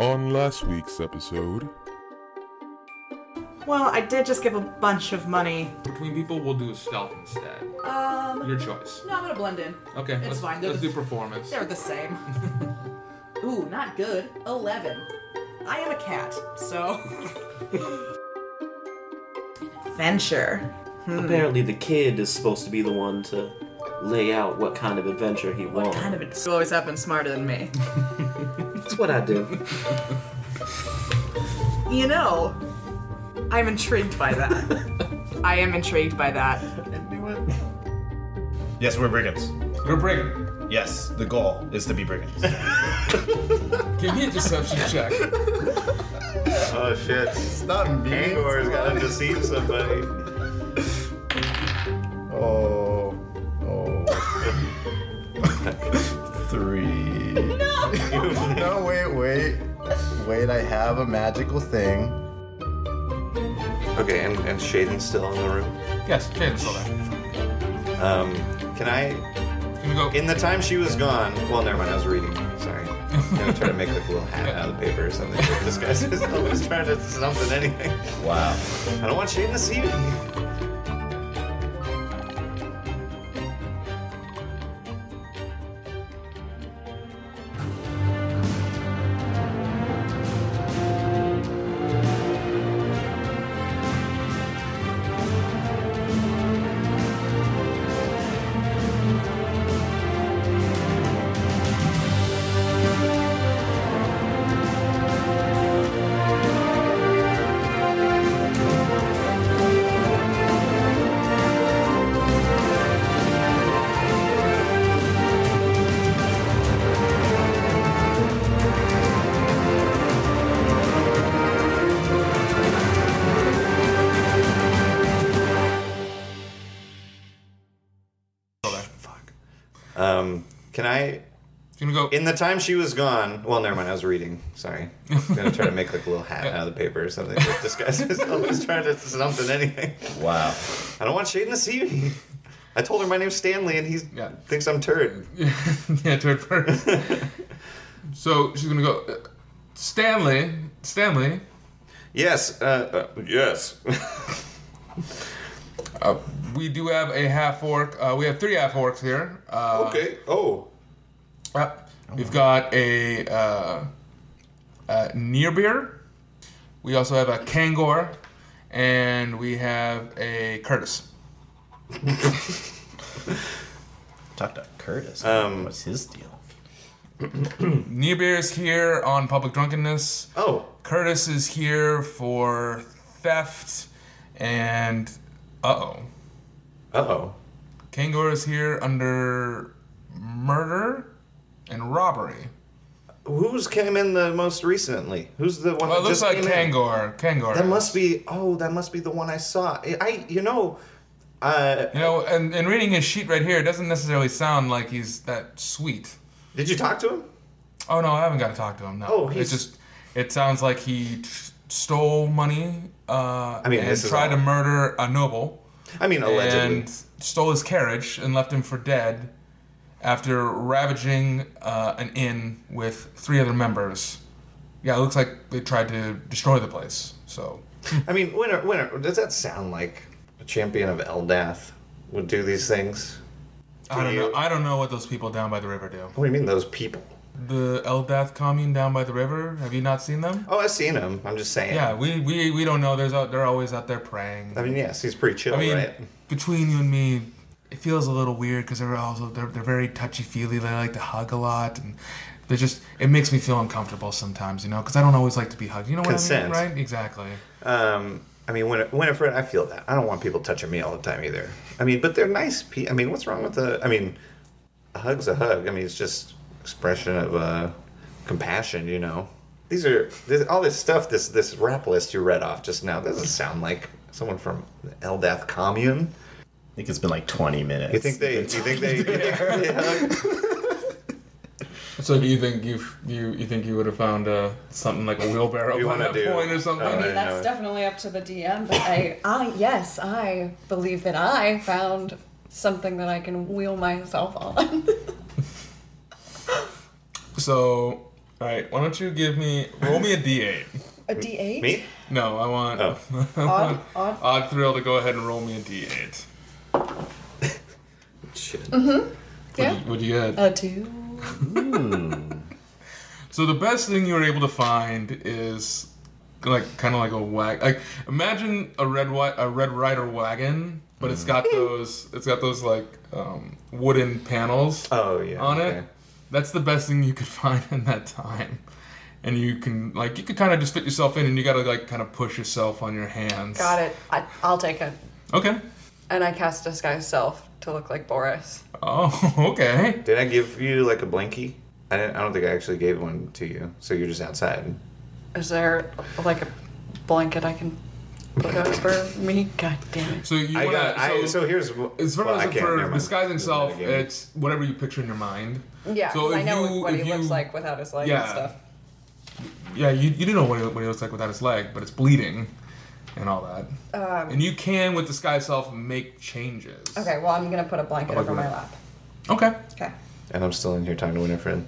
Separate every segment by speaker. Speaker 1: On last week's episode,
Speaker 2: Well, I did just give a bunch of money.
Speaker 3: Between people, we'll do a stealth instead.
Speaker 2: Um,
Speaker 3: Your choice.
Speaker 2: no, I'm gonna blend in.
Speaker 3: Okay,
Speaker 2: It's
Speaker 3: let's,
Speaker 2: fine. They're
Speaker 3: let's
Speaker 2: the-
Speaker 3: do performance.
Speaker 2: They're the same. Ooh, not good. Eleven. I am a cat, so. Venture.
Speaker 4: Apparently, the kid is supposed to be the one to lay out what kind of adventure he wants.
Speaker 2: Kind of. a- You always have been smarter than me.
Speaker 4: That's what I do.
Speaker 2: You know, I'm intrigued by that. I am intrigued by that.
Speaker 5: Yes, we're brigands.
Speaker 3: We're breaking.
Speaker 5: Yes, the goal is to be brigands.
Speaker 3: Give me a deception check.
Speaker 5: oh shit! Stop being or is gonna deceive somebody. Oh, oh. Three. No. no, wait, wait, wait! I have a magical thing.
Speaker 6: Okay, and, and Shaden's still in the room.
Speaker 3: Yes, Shaden's still there.
Speaker 6: Um, can I,
Speaker 3: Can we go?
Speaker 6: in the time she was gone, well, never mind, I was reading. Sorry. I'm gonna try to make like a little hat out of the paper or something. This guy's just always trying to something, anything.
Speaker 5: Wow.
Speaker 6: I don't want Shaden to see me. Um, can I,
Speaker 3: Can we go?
Speaker 6: in the time she was gone, well, never mind, I was reading. Sorry. I'm gonna try to make like a little hat out of the paper or something. This guy's just always trying to something, anything.
Speaker 5: Wow.
Speaker 6: I don't want Shaden to see me. I told her my name's Stanley and he
Speaker 3: Yeah.
Speaker 6: thinks I'm turd.
Speaker 3: yeah, turn first. so she's gonna go. uh, Stanley, Stanley,
Speaker 6: Yes, uh, uh, yes.
Speaker 3: we do have a half orc. Uh, we have three half orcs here. Uh,
Speaker 6: Okay. Oh.
Speaker 3: Uh, we've got a uh, uh, Nearbeer. We also have a Kangor, and we have a Curtis.
Speaker 5: Talk to Curtis.
Speaker 6: Um,
Speaker 5: What's his deal?
Speaker 3: Nearbeer is here on public drunkenness.
Speaker 6: Oh.
Speaker 3: Curtis is here for theft, and uh oh.
Speaker 6: Uh oh.
Speaker 3: Kangor is here under murder and robbery.
Speaker 6: Who's came in the most recently? Who's the one?
Speaker 3: Well, it
Speaker 6: that
Speaker 3: looks
Speaker 6: just
Speaker 3: like
Speaker 6: came in?
Speaker 3: Kangor. Kangor.
Speaker 6: That must be. Oh, that must be the one I saw. I, I you know, uh,
Speaker 3: You know, and, and reading his sheet right here, it doesn't necessarily sound like he's that sweet.
Speaker 6: did you talk to him?
Speaker 3: Oh no, I haven't got to talk to him. No.
Speaker 6: Oh,
Speaker 3: it's
Speaker 6: he's-
Speaker 3: just it sounds like he t- stole money. Uh,
Speaker 6: I mean,
Speaker 3: and
Speaker 6: this is
Speaker 3: tried to
Speaker 6: all-
Speaker 3: murder a noble
Speaker 6: I mean, allegedly.
Speaker 3: and stole his carriage and left him for dead after ravaging uh, an inn with three other members. Yeah, it looks like they tried to destroy the place. So
Speaker 6: I mean, winner, winner. Does that sound like a champion of Eldath would do these things?
Speaker 3: I don't
Speaker 6: you-
Speaker 3: know. I don't know what those people down by the river do.
Speaker 6: What do you mean, those people?
Speaker 3: The Eldath commune down by the river. Have you not seen them?
Speaker 6: Oh, I've seen him. I'm just saying.
Speaker 3: Yeah, we, we, we don't know. There's out, they're always out there praying.
Speaker 6: I mean, yes, he's pretty chill,
Speaker 3: I mean,
Speaker 6: right?
Speaker 3: between you and me, it feels a little weird because they're also they're, they're very touchy feely. They like to hug a lot, and they just it makes me feel uncomfortable sometimes, you know, because I don't always like to be hugged. You know what
Speaker 6: Consent.
Speaker 3: I mean, right? Exactly.
Speaker 6: Um, I mean, Win- Winifred, I feel that. I don't want people touching me all the time either. I mean, but they're nice people. I mean, what's wrong with the? I mean, a hug's a hug. I mean, it's just expression of uh, compassion. You know, these are this, all this stuff. This this rap list you read off just now doesn't sound like someone from the Eldath commune.
Speaker 5: I think it's been like 20 minutes.
Speaker 6: You think they? You think they? they hug?
Speaker 3: So do you think you you you think you would have found uh, something like a wheelbarrow
Speaker 6: You by wanna that do- point or something?
Speaker 7: I
Speaker 6: Alright.
Speaker 7: mean, that's definitely up to the DM, but I, I, yes, I believe that I found something that I can wheel myself on.
Speaker 3: So All right, why don't you give me roll me a d8?
Speaker 7: A D8?
Speaker 6: Me?
Speaker 3: No, I want
Speaker 6: Oh.
Speaker 3: I
Speaker 7: Odd,
Speaker 3: want
Speaker 7: odd.
Speaker 3: Odd Thrill to go ahead and roll me a d8.
Speaker 6: Shit.
Speaker 7: Mm-hmm. Yeah.
Speaker 3: What'd you get?
Speaker 7: A two.
Speaker 3: So the best thing you were able to find is like kind of like a wag. Like imagine a red wi- a red rider wagon, but it's got
Speaker 7: Mm-hmm.
Speaker 3: those it's got those like um, wooden panels
Speaker 6: Oh yeah.
Speaker 3: on
Speaker 6: okay.
Speaker 3: it. That's the best thing you could find in that time. And you can like you could kind of just fit yourself in, and you gotta like kind of push yourself on your hands.
Speaker 7: Got it. I, I'll take it.
Speaker 3: Okay.
Speaker 7: And I cast Disguise Self to look like Boris.
Speaker 3: Oh, okay.
Speaker 6: Did I give you like a blankie? I didn't. I don't think I actually gave one to you. So you're just outside.
Speaker 7: Is there like a blanket I can put over me? God damn it.
Speaker 3: So you
Speaker 6: I
Speaker 3: wanna,
Speaker 6: got. I,
Speaker 3: so,
Speaker 6: so here's. wh-
Speaker 3: As far
Speaker 6: well,
Speaker 3: as
Speaker 6: I can't, never
Speaker 3: for
Speaker 6: mind.
Speaker 3: disguising
Speaker 6: Doesn't matter
Speaker 3: self,
Speaker 6: again.
Speaker 3: it's whatever you picture in your mind.
Speaker 7: Yeah,
Speaker 3: So
Speaker 7: 'cause I
Speaker 3: if
Speaker 7: know
Speaker 3: you-
Speaker 7: what he
Speaker 3: if
Speaker 7: looks
Speaker 3: you-
Speaker 7: like without his leg and
Speaker 3: Yeah.
Speaker 7: stuff.
Speaker 3: Yeah, you, you do know what he, what he looks like without his leg, but it's bleeding and all that. and you can, with disguise self, make changes.
Speaker 7: Okay, well, I'm going to put a blanket over my lap.
Speaker 3: Okay.
Speaker 7: Okay.
Speaker 6: and I'm still in here talking to Winifred.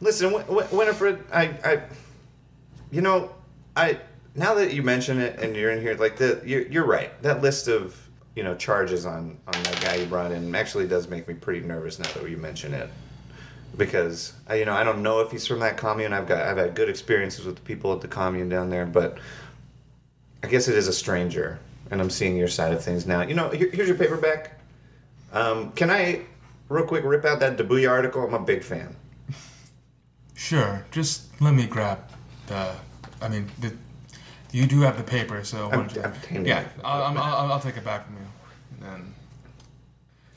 Speaker 6: Listen, Win- Win- Winifred, I, I, you know, I. Now that you mention it and you're in here, like the, you're, you're right. That list of you know charges on on that guy you brought in actually does make me pretty nervous now that you mention it, because I, you know I don't know if he's from that commune. I've got I've had good experiences with the people at the commune down there, but I guess it is a stranger, and I'm seeing your side of things now. You know, here, here's your paperback. Um, can I, real quick, rip out that Dabuya article? I'm a big fan.
Speaker 3: Sure. Just let me grab the. I mean, the, you do have the paper, so. why
Speaker 6: I'm-
Speaker 3: don't you-
Speaker 6: I'm handing
Speaker 3: yeah,
Speaker 6: it.
Speaker 3: I'll, I'm- I'll, I'll, I'll take it back from you. And then.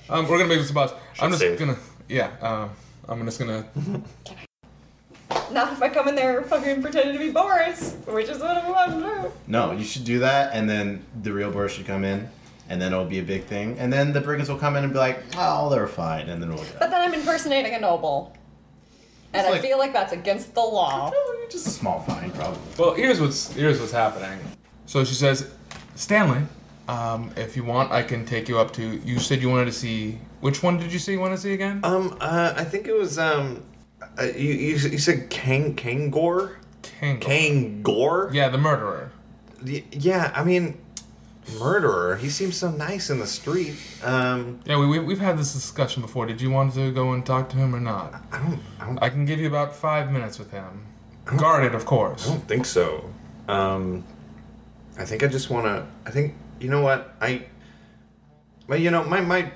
Speaker 3: Um, we're gonna make this about. I'm just
Speaker 6: save.
Speaker 3: gonna. Yeah, um, I'm just gonna.
Speaker 7: Not if I come in there fucking pretending to be Boris, which is what I want to do.
Speaker 5: No, you should do that, and then the real Boris should come in, and then it'll be a big thing, and then the brigands will come in and be like, "Oh, they're fine," and then we'll
Speaker 7: But
Speaker 5: go.
Speaker 7: then I'm impersonating a noble. And
Speaker 5: It's
Speaker 7: I
Speaker 5: like-
Speaker 7: feel like that's against the law.
Speaker 5: Oh, Just a small fine, probably.
Speaker 3: Well, here's what's here's what's happening. So she says, Stanley, um, if you want, I can take you up to. You said you wanted to see. Which one did you say you want to see again?
Speaker 6: Um, uh, I think it was, um, uh, you, you, you said Kang, Kangor?
Speaker 3: Kangol.
Speaker 6: Kangor?
Speaker 3: Yeah, the murderer.
Speaker 6: Y- Yeah, I mean, murderer. He seems so nice in the street. Um,
Speaker 3: Yeah, we, we, we've had this discussion before. Did you want to go and talk to him or not?
Speaker 6: I don't, I don't, I
Speaker 3: I can give you about five minutes with him. Guarded, of course.
Speaker 6: don't think so. Um, I think I just want to, I think, you know what? I, well, you know, my, my,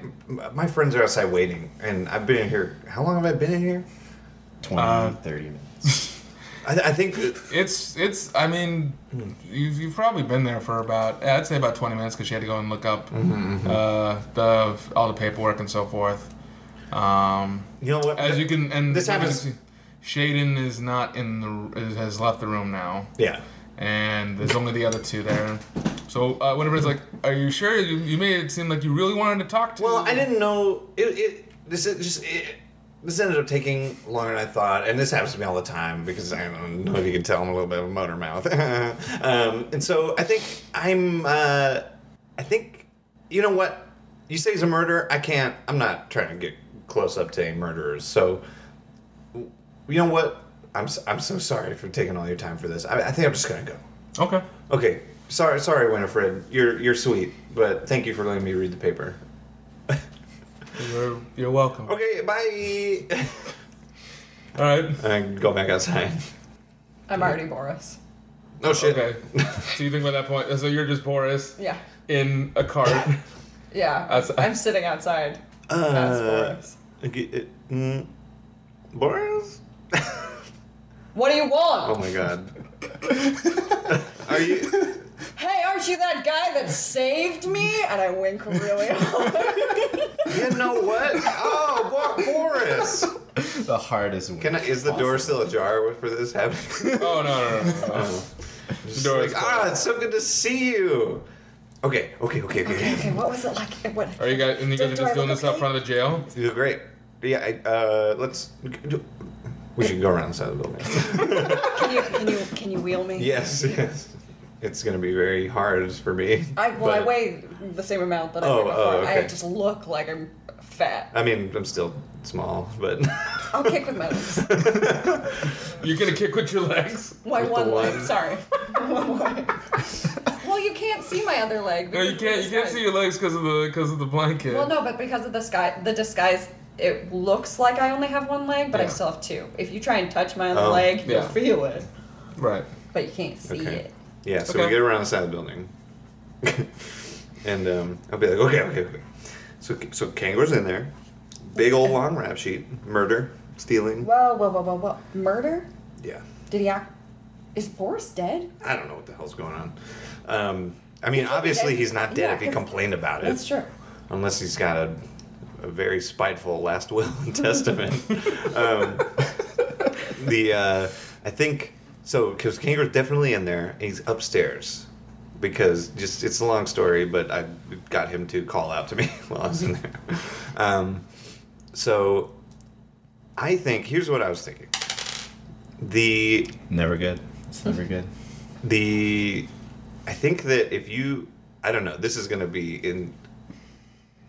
Speaker 6: my friends are outside waiting, and I've been in here, how long have I been in here?
Speaker 5: 20,
Speaker 3: Uh,
Speaker 5: 30 minutes.
Speaker 6: I, I think that
Speaker 3: It's, it's, I mean,
Speaker 6: Hmm.
Speaker 3: you've, you've probably been there for about, I'd say about 20 minutes because she had to go and look up
Speaker 6: Mm-hmm,
Speaker 3: uh, the, all the paperwork and so forth. Um,
Speaker 6: You know what?
Speaker 3: As you can, and
Speaker 6: This
Speaker 3: you can
Speaker 6: happens-
Speaker 3: see, Shaden is not in the, is- has left the room now,
Speaker 6: Yeah.
Speaker 3: and there's only the other two there. So uh, Winifred's like, "Are you sure? You, you made it seem like you really wanted to talk to."
Speaker 6: Well, I didn't know it. it this is just it, this ended up taking longer than I thought, and this happens to me all the time because I don't know if you can tell I'm a little bit of a motor mouth. um, and so I think I'm. Uh, I think you know what you say he's a murderer. I can't. I'm not trying to get close up to any murderers. So you know what? I'm s- I'm so sorry for taking all your time for this. I, I think I'm just gonna go.
Speaker 3: Okay.
Speaker 6: Okay. Sorry, sorry, Winifred. You're you're sweet, but thank you for letting me read the paper.
Speaker 3: You're, you're welcome.
Speaker 6: Okay, bye.
Speaker 3: All right.
Speaker 6: and go back outside.
Speaker 7: I'm already Boris.
Speaker 6: No shit.
Speaker 3: Okay. so you think by that point, so you're just Boris
Speaker 7: Yeah.
Speaker 3: in a cart. Oh,
Speaker 7: Yeah.
Speaker 3: Outside.
Speaker 7: I'm sitting outside as
Speaker 6: Uh,
Speaker 7: Boris.
Speaker 6: okay, uh, mm, Boris?
Speaker 7: What do you want?
Speaker 6: Oh my god. Are you?
Speaker 7: Hey, aren't you that guy that saved me? And I wink really hard.
Speaker 6: You know what? Oh, Bo- Boris.
Speaker 5: the hardest one.
Speaker 6: Can I? Is the door still ajar for this happening?
Speaker 3: oh no no no. no, no. the door is
Speaker 6: Like, ah,
Speaker 3: closed.
Speaker 6: it's so good to see you. Okay, okay, okay, okay.
Speaker 7: okay, what was it like? What?
Speaker 3: Are you guys? And you guys are
Speaker 7: Do- do I
Speaker 3: just doing
Speaker 7: look
Speaker 3: this out
Speaker 7: okay?
Speaker 3: front of the jail?
Speaker 6: You look great. Yeah, I, uh, let's. We should go around the side of the building.
Speaker 7: Can you can you can you wheel me?
Speaker 6: yes, yes. It's gonna be very hard for me.
Speaker 7: I well, I
Speaker 6: but-
Speaker 7: weigh the same amount that I
Speaker 6: Oh,
Speaker 7: weigh before.
Speaker 6: oh, okay.
Speaker 3: Uh,
Speaker 7: I just look like I'm fat.
Speaker 6: I mean, I'm still small, but
Speaker 7: I'll kick with my legs.
Speaker 3: You're gonna kick with your legs.
Speaker 7: My
Speaker 6: With the
Speaker 7: one leg.
Speaker 6: one.
Speaker 7: Sorry. One leg. well, you can't see my other leg.
Speaker 3: No, you
Speaker 7: because
Speaker 3: can't. You can't
Speaker 7: of the disguise.
Speaker 3: see your legs because of the because of the blanket.
Speaker 7: Well, no, but because of the sky, the disguise, it looks like I only have one leg, but I
Speaker 3: Yeah.
Speaker 7: still have two. If you try and touch my other
Speaker 6: Oh,
Speaker 7: leg, you'll
Speaker 3: yeah.
Speaker 7: feel it,
Speaker 3: Right.
Speaker 7: but you can't see
Speaker 6: Okay.
Speaker 7: it.
Speaker 6: Yeah, so
Speaker 3: Okay.
Speaker 6: we get around the side of the building. and um, I'll be like, okay, okay, okay. So, so Kangor's in there. Big old long rap sheet. Murder, stealing.
Speaker 7: Whoa, whoa, whoa, whoa, whoa! Murder?
Speaker 6: Yeah.
Speaker 7: Did he act? Is Boris dead?
Speaker 6: I don't know what the hell's going on. Um, I mean, obviously,
Speaker 7: dead.
Speaker 6: he's not dead
Speaker 7: Yeah,
Speaker 6: if he
Speaker 7: 'cause-
Speaker 6: complained about it.
Speaker 7: That's true.
Speaker 6: Unless he's got a, a very spiteful last will and testament. um, the uh, I think so because Kangaroo's definitely in there. and He's upstairs because just it's a long story, but I got him to call out to me while I was in there. Um, so I think here's what I was thinking. The
Speaker 5: Never good. It's never good.
Speaker 6: the I think that if you I don't know, this is gonna be in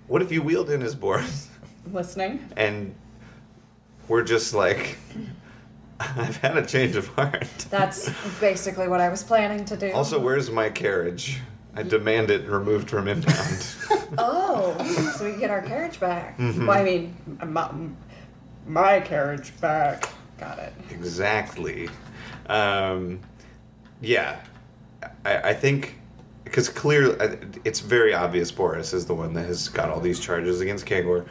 Speaker 6: what if you wheeled in as Boris
Speaker 7: Listening.
Speaker 6: and we're just like I've had a change of heart.
Speaker 7: That's basically what I was planning to do.
Speaker 6: Also, where's my carriage? I demand it removed from impound.
Speaker 7: Oh, so we can get our carriage back.
Speaker 6: Mm-hmm.
Speaker 7: Well, I mean, my, my carriage back. Got it.
Speaker 6: exactly. Um, yeah, I, I think because clearly I- it's very obvious Boris is the one that has got all these charges against Kangor.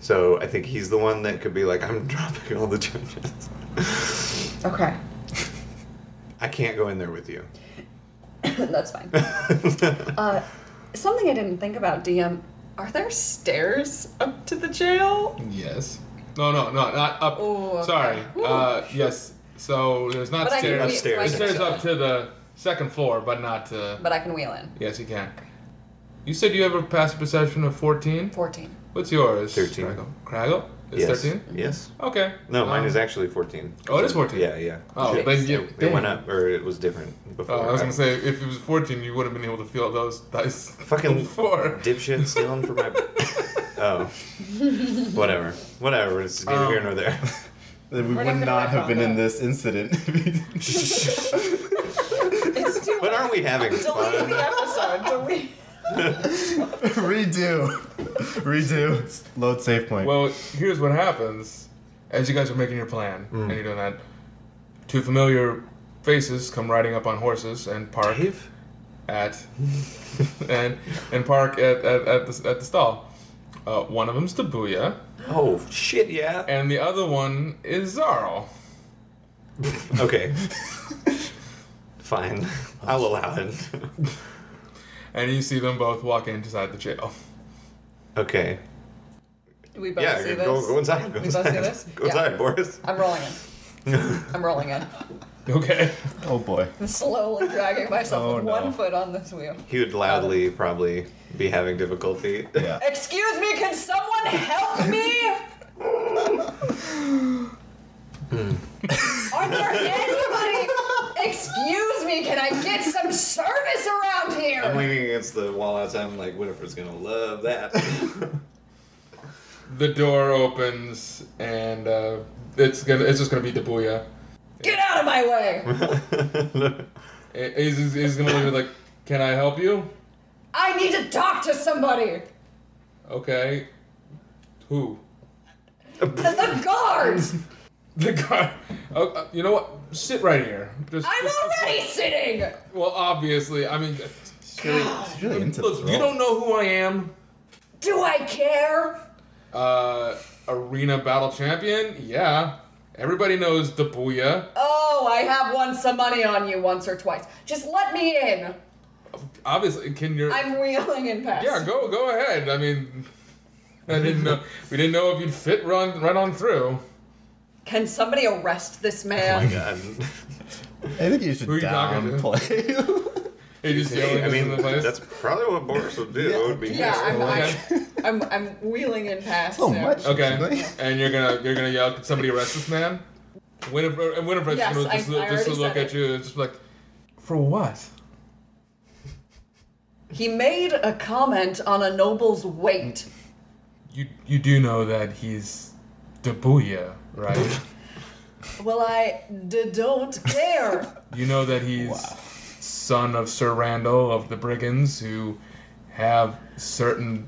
Speaker 6: So I think he's the one that could be like, I'm dropping all the charges.
Speaker 7: Okay,
Speaker 6: I can't go in there with you.
Speaker 7: that's fine. Uh, something I didn't think about, DM. Are there stairs up to the jail?
Speaker 3: Yes. No, no, no, not up.
Speaker 7: Oh, okay.
Speaker 3: Sorry. Uh, yes. So there's not
Speaker 7: But I
Speaker 3: stairs.
Speaker 7: can wheel,
Speaker 6: Upstairs.
Speaker 7: like-
Speaker 6: There's
Speaker 3: Stairs up to the second floor, but not to.
Speaker 7: But I can wheel in.
Speaker 3: Yes, you can. You said you have a passive perception of 14.
Speaker 7: Fourteen.
Speaker 3: What's yours?
Speaker 6: 13.
Speaker 3: Craggle. Craggle? It's
Speaker 6: yes.
Speaker 3: 13?
Speaker 6: Yes.
Speaker 3: Okay.
Speaker 6: No, mine
Speaker 3: Um,
Speaker 6: is actually 14.
Speaker 3: Oh, it is 14.
Speaker 6: Yeah, yeah.
Speaker 3: Oh,
Speaker 6: Shit.
Speaker 3: but you,
Speaker 6: it, it went up, or it was different before.
Speaker 3: Oh, I was gonna say if it was 14, you would have been able to feel those dice.
Speaker 6: Fucking
Speaker 3: before.
Speaker 6: dipshit stealing from my. oh, whatever, whatever. It's neither
Speaker 3: Um,
Speaker 6: here nor there.
Speaker 5: Then we
Speaker 7: We're not
Speaker 5: would
Speaker 7: gonna
Speaker 5: not
Speaker 7: worry
Speaker 5: have
Speaker 7: about
Speaker 5: been in
Speaker 7: that.
Speaker 5: this incident.
Speaker 7: It's too
Speaker 6: But aren't we having
Speaker 7: Delete
Speaker 6: fun?
Speaker 7: the episode. Delete.
Speaker 5: Redo. Redo. Load save point.
Speaker 3: Well, here's what happens as you guys are making your plan and you're doing that. Two familiar faces come riding up on horses and park at and and park at at, at, the, at the stall. Uh, one of them's Tabuya,
Speaker 6: Oh shit, yeah.
Speaker 3: and the other one is Zarl.
Speaker 6: Okay. Fine, I'll allow it.
Speaker 3: And you see them both walk inside the jail.
Speaker 6: Okay.
Speaker 7: Do we both
Speaker 6: Yeah,
Speaker 7: see this?
Speaker 6: go, go inside. Go
Speaker 7: We both
Speaker 6: inside.
Speaker 7: see this?
Speaker 6: Go
Speaker 7: Yeah.
Speaker 6: inside, Boris.
Speaker 7: I'm rolling in. I'm rolling in.
Speaker 3: Okay.
Speaker 5: oh boy.
Speaker 7: I'm slowly dragging myself
Speaker 5: Oh,
Speaker 7: with
Speaker 5: no.
Speaker 7: one foot on this wheel.
Speaker 6: He would loudly
Speaker 7: Um,
Speaker 6: probably be having difficulty.
Speaker 5: Yeah.
Speaker 7: Excuse me, can someone help me?
Speaker 3: Hmm.
Speaker 7: Are there anybody? Excuse me, can I get some service around
Speaker 6: I'm
Speaker 7: here?
Speaker 6: leaning against the wall outside. I'm like, Winifred's gonna love that.
Speaker 3: The door opens, and uh, it's gonna it's just gonna be Tabuya.
Speaker 7: Get out of my way!
Speaker 3: Eh, He's, he's- he's gonna look at you like, "Can I help you?"
Speaker 7: I need to talk to somebody.
Speaker 3: Okay. Who?
Speaker 7: The, the guards.
Speaker 3: The guard. Oh, uh, you know what? Sit right here. Just,
Speaker 7: I'm
Speaker 3: just-
Speaker 7: already sitting.
Speaker 3: Well, obviously, I mean,
Speaker 5: She's really, she's really into this
Speaker 3: look, you
Speaker 5: role.
Speaker 3: don't know who I am.
Speaker 7: Do I care?
Speaker 3: Uh, arena battle champion. Yeah, everybody knows Dabuya.
Speaker 7: Oh, I have won some money on you once or twice. Just let me in.
Speaker 3: Obviously, can you?
Speaker 7: I'm wheeling in past.
Speaker 3: Yeah, go go ahead. I mean, I didn't know. We didn't know if you'd fit run right on through.
Speaker 7: Can somebody arrest this man?
Speaker 3: Oh
Speaker 6: God.
Speaker 5: I think you should
Speaker 3: Who you talking to?
Speaker 5: downplay.
Speaker 3: He just yelling
Speaker 6: I
Speaker 3: this in
Speaker 6: mean,
Speaker 3: the place.
Speaker 6: that's probably what Boris would do. would be
Speaker 7: Yeah, I'm,
Speaker 3: Okay.
Speaker 7: I'm, I'm, I'm wheeling in past.
Speaker 5: so
Speaker 7: him.
Speaker 5: much. actually.
Speaker 3: Okay, and you're gonna you're gonna yell, "Can somebody arrest this man?" uh, Winifred and Winifred's
Speaker 7: Yes,
Speaker 3: gonna
Speaker 7: I-
Speaker 3: just,
Speaker 7: I
Speaker 3: look- just
Speaker 7: already
Speaker 3: look
Speaker 7: said
Speaker 3: at you and just be like, "For what?"
Speaker 7: He made a comment on a noble's weight.
Speaker 3: You you do know that he's Dabuya, right?
Speaker 7: Well, I d- don't care.
Speaker 3: You know that he's son of Sir Randall of the Brigands, who have certain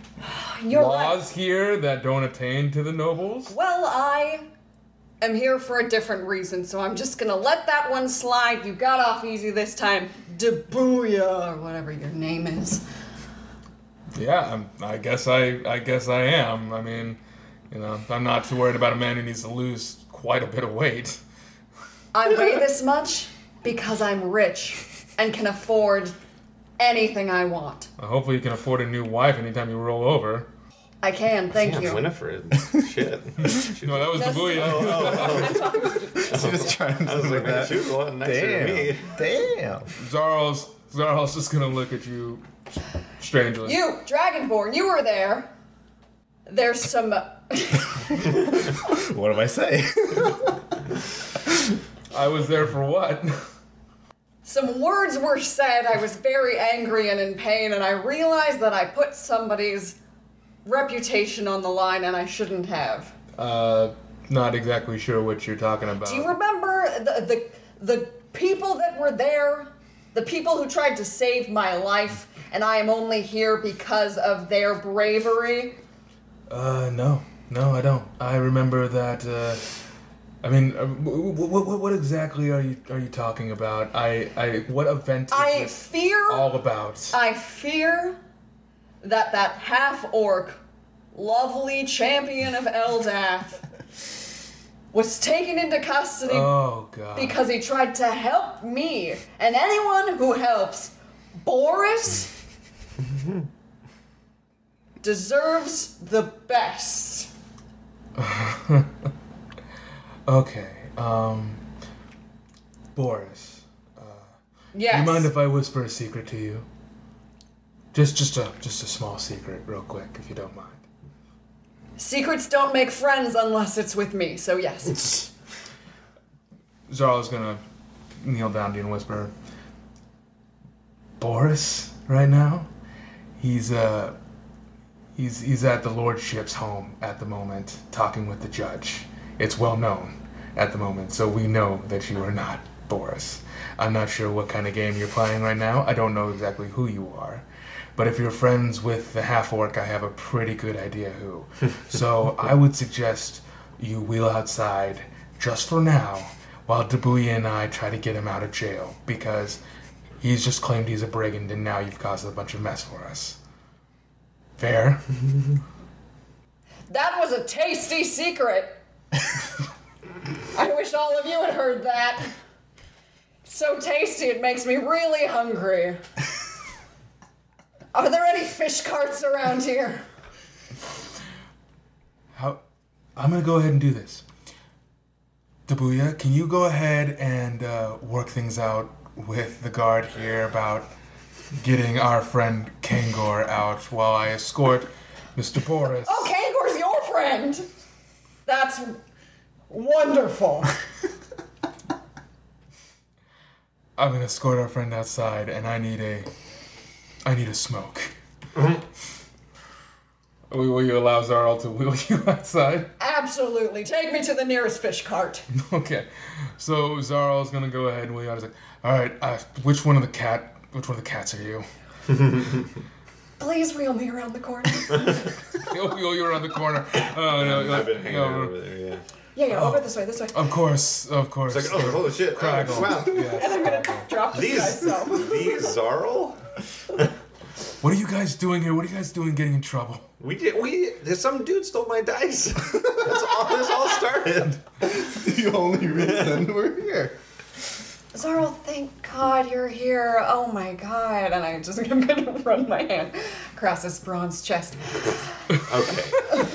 Speaker 7: You're right.
Speaker 3: laws here that don't attain to the nobles.
Speaker 7: Well, I am here for a different reason, so I'm just gonna let that one slide. You got off easy this time. Dabuya, or whatever your name is.
Speaker 3: Yeah, I'm, I guess I, I guess I am. I mean, you know, I'm not too worried about a man who needs to lose quite a bit of weight.
Speaker 7: I weigh this much because I'm rich and can afford anything I want.
Speaker 3: Uh, Hopefully, you can afford a new wife anytime you roll over.
Speaker 7: I can, thank
Speaker 6: Damn,
Speaker 7: you.
Speaker 6: Winifred. Shit. She
Speaker 3: No, that was
Speaker 7: That's-
Speaker 3: Dabuya.
Speaker 5: She was trying to
Speaker 6: I was like,
Speaker 5: that.
Speaker 6: man, she was a lot nicer than me.
Speaker 5: Damn. Damn.
Speaker 3: Zarl's Zarl's just gonna look at you strangely.
Speaker 7: You, Dragonborn, you were there. There's some.
Speaker 5: What do I say?
Speaker 3: I was there for what?
Speaker 7: Some words were said. I was very angry and in pain, and I realized that I put somebody's reputation on the line and I shouldn't have.
Speaker 3: Uh, not exactly sure what you're talking about.
Speaker 7: Do you remember the, the, the people that were there? The people who tried to save my life, and I am only here because of their bravery?
Speaker 3: uh, no, no, I don't. I remember that. Uh, I mean, uh, w- w- w- what exactly are you are you talking about? I, I what event is
Speaker 7: I
Speaker 3: this
Speaker 7: fear.
Speaker 3: all about?
Speaker 7: I fear that that half orc, lovely champion of Eldath, was taken into custody
Speaker 3: oh God.
Speaker 7: because he tried to help me and anyone who helps Boris deserves the best.
Speaker 3: okay. Um, Boris. Do
Speaker 7: Yes.
Speaker 3: you mind if I whisper a secret to you? Just, just a, just a small secret, real quick, if you don't mind.
Speaker 7: Secrets don't make friends unless it's with me. So yes.
Speaker 3: Zarla's gonna kneel down to you and whisper, Boris, right now, he's uh, he's he's at the lordship's home at the moment, talking with the judge. It's well known at the moment, so we know that you are not Boris. I'm not sure what kind of game you're playing right now. I don't know exactly who you are. But if you're friends with the half orc, I have a pretty good idea who. so I would suggest you wheel outside just for now while Dabuya and I try to get him out of jail because he's just claimed he's a brigand and now you've caused a bunch of mess for us. Fair?
Speaker 7: That was a tasty secret. I wish all of you had heard that. So tasty, it makes me really hungry. Are there any fish carts around here?
Speaker 3: How, I'm gonna go ahead and do this. Dabuya, can you go ahead and uh, work things out with the guard here about getting our friend Kangor out while I escort Mr. Boris?
Speaker 7: Oh, Kangor's your friend! That's wonderful.
Speaker 3: I'm gonna escort our friend outside, and I need a, I need a smoke. Will will you allow Zarl to wheel you outside?
Speaker 7: Absolutely. Take me to the nearest fish cart.
Speaker 3: Okay, so Zarl's gonna go ahead and wheel you out. He's like, "All right, uh, which one of the cat, which one of the cats are you?"
Speaker 7: Please wheel me around the corner.
Speaker 3: He'll wheel you oh, around the corner. Oh no! you're
Speaker 6: I've
Speaker 3: like,
Speaker 6: been hanging
Speaker 3: no,
Speaker 6: out
Speaker 3: no.
Speaker 6: over there, yeah.
Speaker 7: Yeah, yeah, over this way, this way.
Speaker 3: Of course, of course.
Speaker 6: It's like, oh, holy shit.
Speaker 3: Craggle.
Speaker 6: Wow.
Speaker 3: Yes.
Speaker 7: Drop this
Speaker 6: These,
Speaker 7: guy, so.
Speaker 6: these Zarl?
Speaker 3: What are you guys doing here? What are you guys doing getting in trouble?
Speaker 6: We did, we, some dude stole my dice. That's all, this all started.
Speaker 5: the only reason we're here.
Speaker 7: Zarl, thank God you're here. Oh my God. And I just, I'm gonna run my hand across his bronze chest.
Speaker 6: Okay.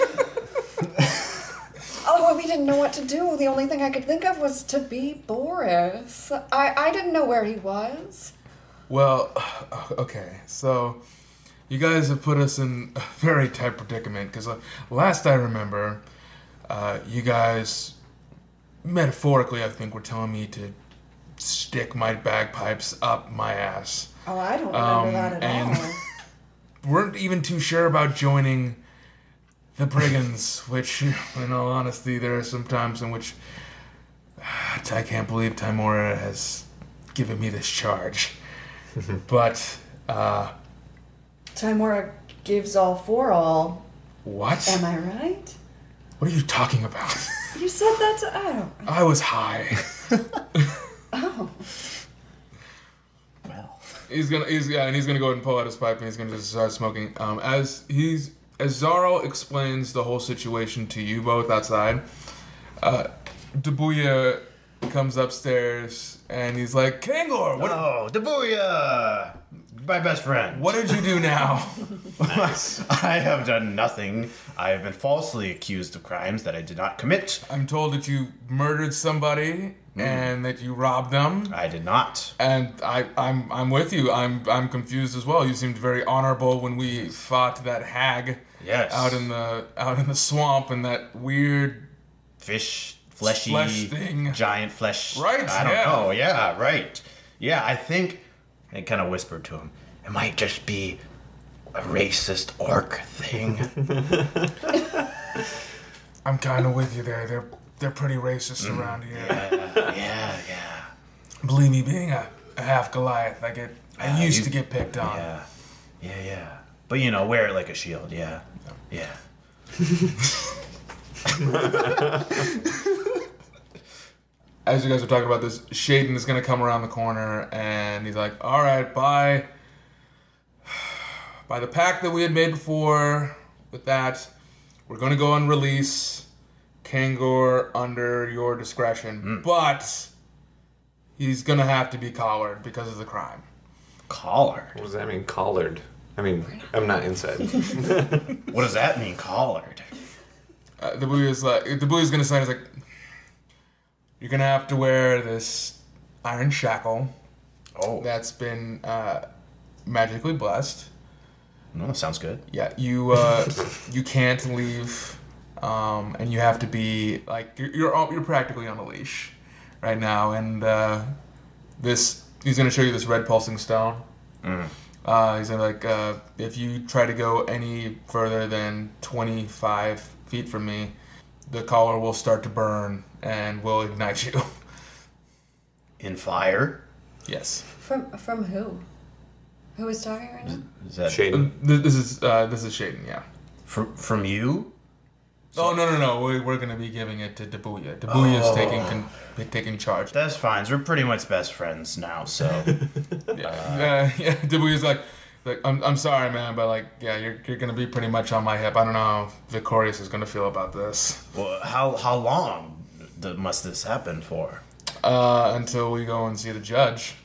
Speaker 7: Oh, well, we didn't know what to do. The only thing I could think of was to be Boris. I, I didn't know where he was.
Speaker 3: Well, okay, so you guys have put us in a very tight predicament because last I remember, uh, you guys metaphorically, I think, were telling me to stick my bagpipes up my ass.
Speaker 7: Oh, I don't remember
Speaker 3: Um,
Speaker 7: that at
Speaker 3: and-
Speaker 7: all.
Speaker 3: weren't even too sure about joining the brigands, which, in all honesty, there are some times in which I can't believe Timora has given me this charge. but, uh,
Speaker 7: Timora gives all for all.
Speaker 3: what?
Speaker 7: Am I right?
Speaker 3: What are you talking about?
Speaker 7: You said that to I don't.
Speaker 3: I was high.
Speaker 5: Well,
Speaker 3: He's gonna, he's yeah, and he's gonna go ahead and pull out his pipe, and he's gonna just start smoking. Um, as he's as Zaro explains the whole situation to you both outside, uh, Dabuya comes upstairs and he's like, "Kangor, what,
Speaker 5: oh, Dabuya, my best friend.
Speaker 3: what did you do now?"
Speaker 5: I have done nothing. I have been falsely accused of crimes that I did not commit.
Speaker 3: I'm told that you murdered somebody
Speaker 5: Mm.
Speaker 3: and that you robbed them,
Speaker 5: I did not.
Speaker 3: and I, I'm I'm with you. I'm I'm confused as well. You seemed very honorable when we fought that hag
Speaker 5: Yes.
Speaker 3: out in the out in the swamp and that weird
Speaker 5: fish, fleshy,
Speaker 3: Flesh thing.
Speaker 5: giant flesh.
Speaker 3: Right,
Speaker 5: I don't
Speaker 3: yeah.
Speaker 5: know. Yeah, right. Yeah, I think. I kind of whispered to him. It might just be a racist orc thing.
Speaker 3: I'm kind of with you there. They're they're pretty racist
Speaker 5: Mm.
Speaker 3: around here.
Speaker 5: Uh, yeah, yeah,
Speaker 3: Believe me, being a, a half Goliath, I get I used
Speaker 5: Ah, you-
Speaker 3: to get picked on.
Speaker 5: yeah, yeah, yeah. But you know, wear it like a shield. Yeah, yeah.
Speaker 3: As you guys are talking about this, Shaden is gonna come around the corner and he's like, "All right, by by the pact that we had made before, with that, we're gonna go and release Kangor under your discretion, but." He's gonna have to be collared because of the crime.
Speaker 5: Collared.
Speaker 6: What does that mean, collared? I mean, I'm not inside.
Speaker 5: What does that mean, collared?
Speaker 3: Uh, the blue is like the blue is gonna sign. He's like, you're gonna have to wear this iron shackle
Speaker 5: Oh, that
Speaker 3: that's been uh, magically blessed.
Speaker 5: no, sounds good.
Speaker 3: Yeah, you uh, you can't leave, um, and you have to be like you're you're, all, you're practically on a leash right now. And uh, this he's gonna show you this red pulsing stone. Uh, he's gonna like uh, if you try to go any further than 25 feet from me, the collar will start to burn and will ignite you.
Speaker 5: In fire.
Speaker 3: yes.
Speaker 7: From from who? Who is talking right now?
Speaker 5: Is that
Speaker 6: Shaden.
Speaker 3: Th- This is uh, this is Shaden. Yeah.
Speaker 5: from from you?
Speaker 3: oh no no no! We're, we're gonna be giving it to Dabuya. Dabuya's
Speaker 5: Oh.
Speaker 3: taking con- taking charge.
Speaker 5: That's fine. We're pretty much best friends now, so.
Speaker 3: Yeah, uh, yeah. Dabuya's like, like I'm, I'm sorry, man, but like, yeah, you're, you're gonna be pretty much on my hip. I don't know how Victorious is gonna feel about this
Speaker 5: Well, how how long th- must this happen for?
Speaker 3: uh, until we go and see the judge.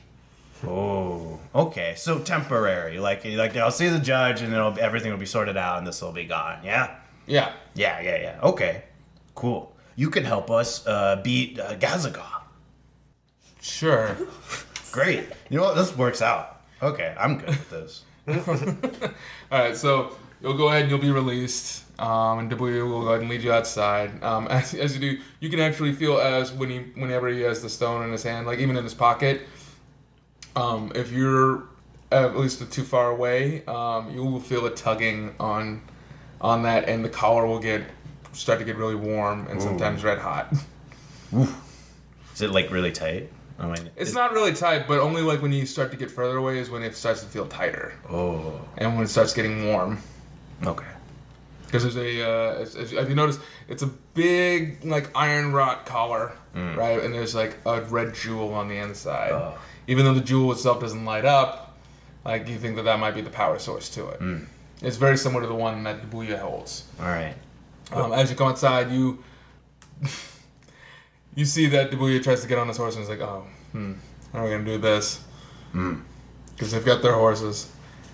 Speaker 5: Oh, okay. So temporary, like like I'll see the judge, and it'll everything will be sorted out, and this will be gone. Yeah,
Speaker 3: Yeah,
Speaker 5: yeah, yeah, yeah. Okay, cool. You can help us uh, beat uh, Gazaga.
Speaker 3: sure.
Speaker 5: Great. You know what? This works out. Okay, I'm good with this.
Speaker 3: All right, so you'll go ahead and you'll be released, um, and Dabuya will go ahead and lead you outside. Um, as, as you do, you can actually feel as when he, whenever he has the stone in his hand, like even in his pocket, um, if you're at least too far away, um, you will feel a tugging on on that, and the collar will get start to get really warm and sometimes red hot.
Speaker 5: Is it like really tight? I mean,
Speaker 3: It's not really tight, but only like when you start to get further away is when it starts to feel tighter,
Speaker 5: Oh,
Speaker 3: and when it starts getting warm.
Speaker 5: okay.
Speaker 3: Because there's a, uh, as, as, if you notice, it's a big like iron wrought collar, right? And there's like a red jewel on the inside.
Speaker 5: Oh.
Speaker 3: Even though the jewel itself doesn't light up, like you think that that might be the power source to it. It's very similar to the one that Buya holds.
Speaker 5: All right.
Speaker 3: Um, as you go outside, you you see that Dabuya tries to get on his horse and is like, "Oh, hmm, how are we gonna do this?"
Speaker 6: Hmm.
Speaker 3: Because they've got their horses,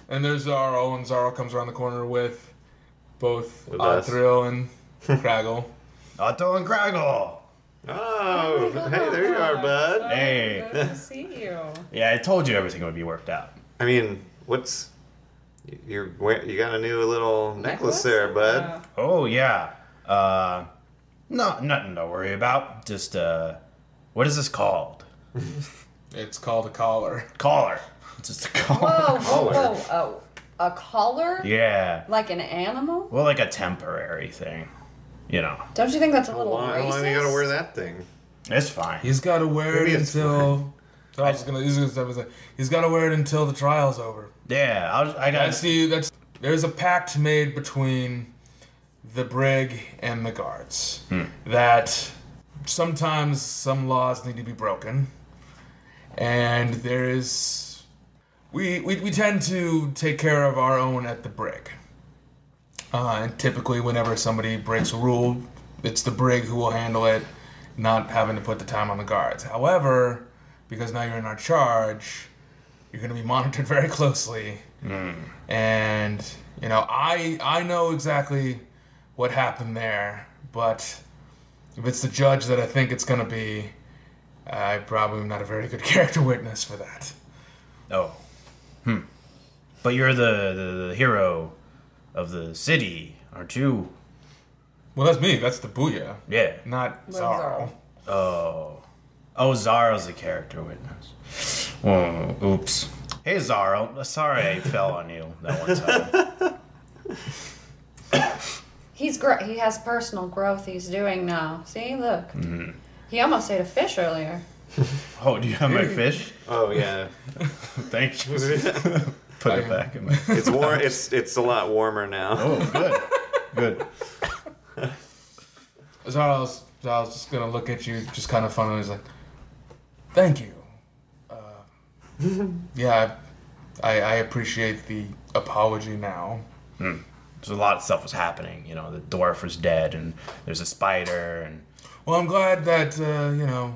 Speaker 3: and there's Zaro, and Zaro comes around the corner with both
Speaker 6: With us.
Speaker 3: Othriel and Craggle.
Speaker 5: Otto and Craggle.
Speaker 6: Oh, hey, there you are, bud.
Speaker 5: Hey.
Speaker 7: Good to see you.
Speaker 5: Yeah, I told you everything would be worked out.
Speaker 6: I mean, what's you're wear- you got a new little necklace there,
Speaker 7: Uh,
Speaker 6: bud?
Speaker 5: Oh yeah. Uh, no, nothing to worry about. Just uh, what is this called?
Speaker 3: It's called a collar.
Speaker 5: Collar. It's just a collar.
Speaker 7: whoa, whoa,
Speaker 6: Collar.
Speaker 7: whoa, oh. a collar?
Speaker 5: Yeah.
Speaker 7: Like an animal?
Speaker 5: Well, like a temporary thing. You know,
Speaker 7: Don't you think that's a little
Speaker 6: Why,
Speaker 7: racist?
Speaker 6: why do you gotta wear that thing?
Speaker 5: it's fine.
Speaker 3: He's got to wear
Speaker 6: Maybe
Speaker 3: it
Speaker 6: it's
Speaker 3: until. I was gonna. He's, gonna he's got to wear it until the trial's over.
Speaker 5: Yeah, I, was, I
Speaker 3: That's
Speaker 5: got.
Speaker 3: the. That's there's a pact made between the brig and the guards that sometimes some laws need to be broken, and there is. We, we, we tend to take care of our own at the brig. Uh, and typically, whenever somebody breaks a rule, it's the brig who will handle it, not having to put the time on the guards. However, because now you're in our charge, you're going to be monitored very closely. And you know, I I know exactly what happened there, but if it's the judge that I think it's going to be, I probably am not a very good character witness for that.
Speaker 5: Oh. Hmm. But you're the, the, the hero of the city, aren't you?
Speaker 3: Well, that's me. That's the booyah,
Speaker 5: Yeah.
Speaker 3: not
Speaker 7: Zarl.
Speaker 3: Zarl.
Speaker 5: Oh. Oh, Zara's a character witness. Whoa, oops. Hey, Zara. Sorry I fell on you that one time.
Speaker 7: He's gr- he has personal growth he's doing now. See, look.
Speaker 6: Mm-hmm.
Speaker 7: He almost ate a fish earlier.
Speaker 5: Oh, do you have my fish?
Speaker 6: Oh yeah,
Speaker 5: Thank you.
Speaker 6: it's
Speaker 5: Put it back in my.
Speaker 6: warm. It's it's a lot warmer now.
Speaker 5: Oh, good. Good.
Speaker 3: Zarl's Zarl's just gonna look at you, just kind of funny. He's like, "Thank you. Uh, yeah, I, I appreciate the apology now."
Speaker 5: There's a lot of stuff was happening. You know, the dwarf was dead, and there's a spider, and
Speaker 3: Well, I'm glad that uh, you know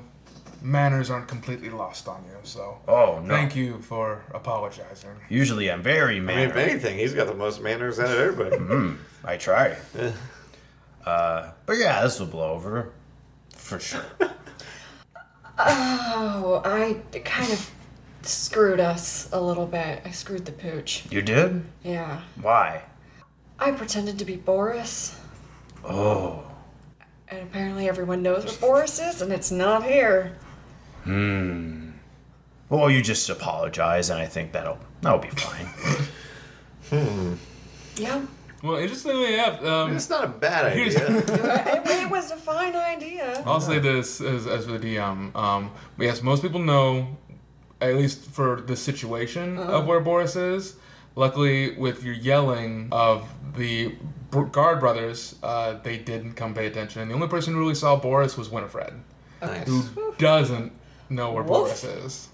Speaker 3: manners aren't completely lost on you. So,
Speaker 5: oh no.
Speaker 3: thank you for apologizing.
Speaker 5: Usually, I'm very
Speaker 6: I mean,
Speaker 5: mannered.
Speaker 6: if anything, he's got the most manners out of everybody.
Speaker 5: I try. uh, but yeah, this will blow over, for sure.
Speaker 7: Oh, I kind of screwed us a little bit. I screwed the pooch.
Speaker 5: You did?
Speaker 7: Yeah.
Speaker 5: Why?
Speaker 7: I pretended to be Boris,
Speaker 5: Oh,
Speaker 7: and apparently everyone knows what Boris is, and it's not here.
Speaker 5: well, you just apologize, and I think that'll that'll be fine.
Speaker 7: Yeah.
Speaker 3: Well, interestingly enough, um,
Speaker 6: it's not a bad idea.
Speaker 7: it, it was a fine idea.
Speaker 3: I'll say this as, as for the DM. Um, yes, most people know, at least for the situation of where Boris is. Luckily, with your yelling of the br- guard brothers, uh, they didn't come pay attention. And the only person who really saw Boris was Winifred,
Speaker 6: nice.
Speaker 3: who doesn't know where
Speaker 7: Woof.
Speaker 3: Boris is.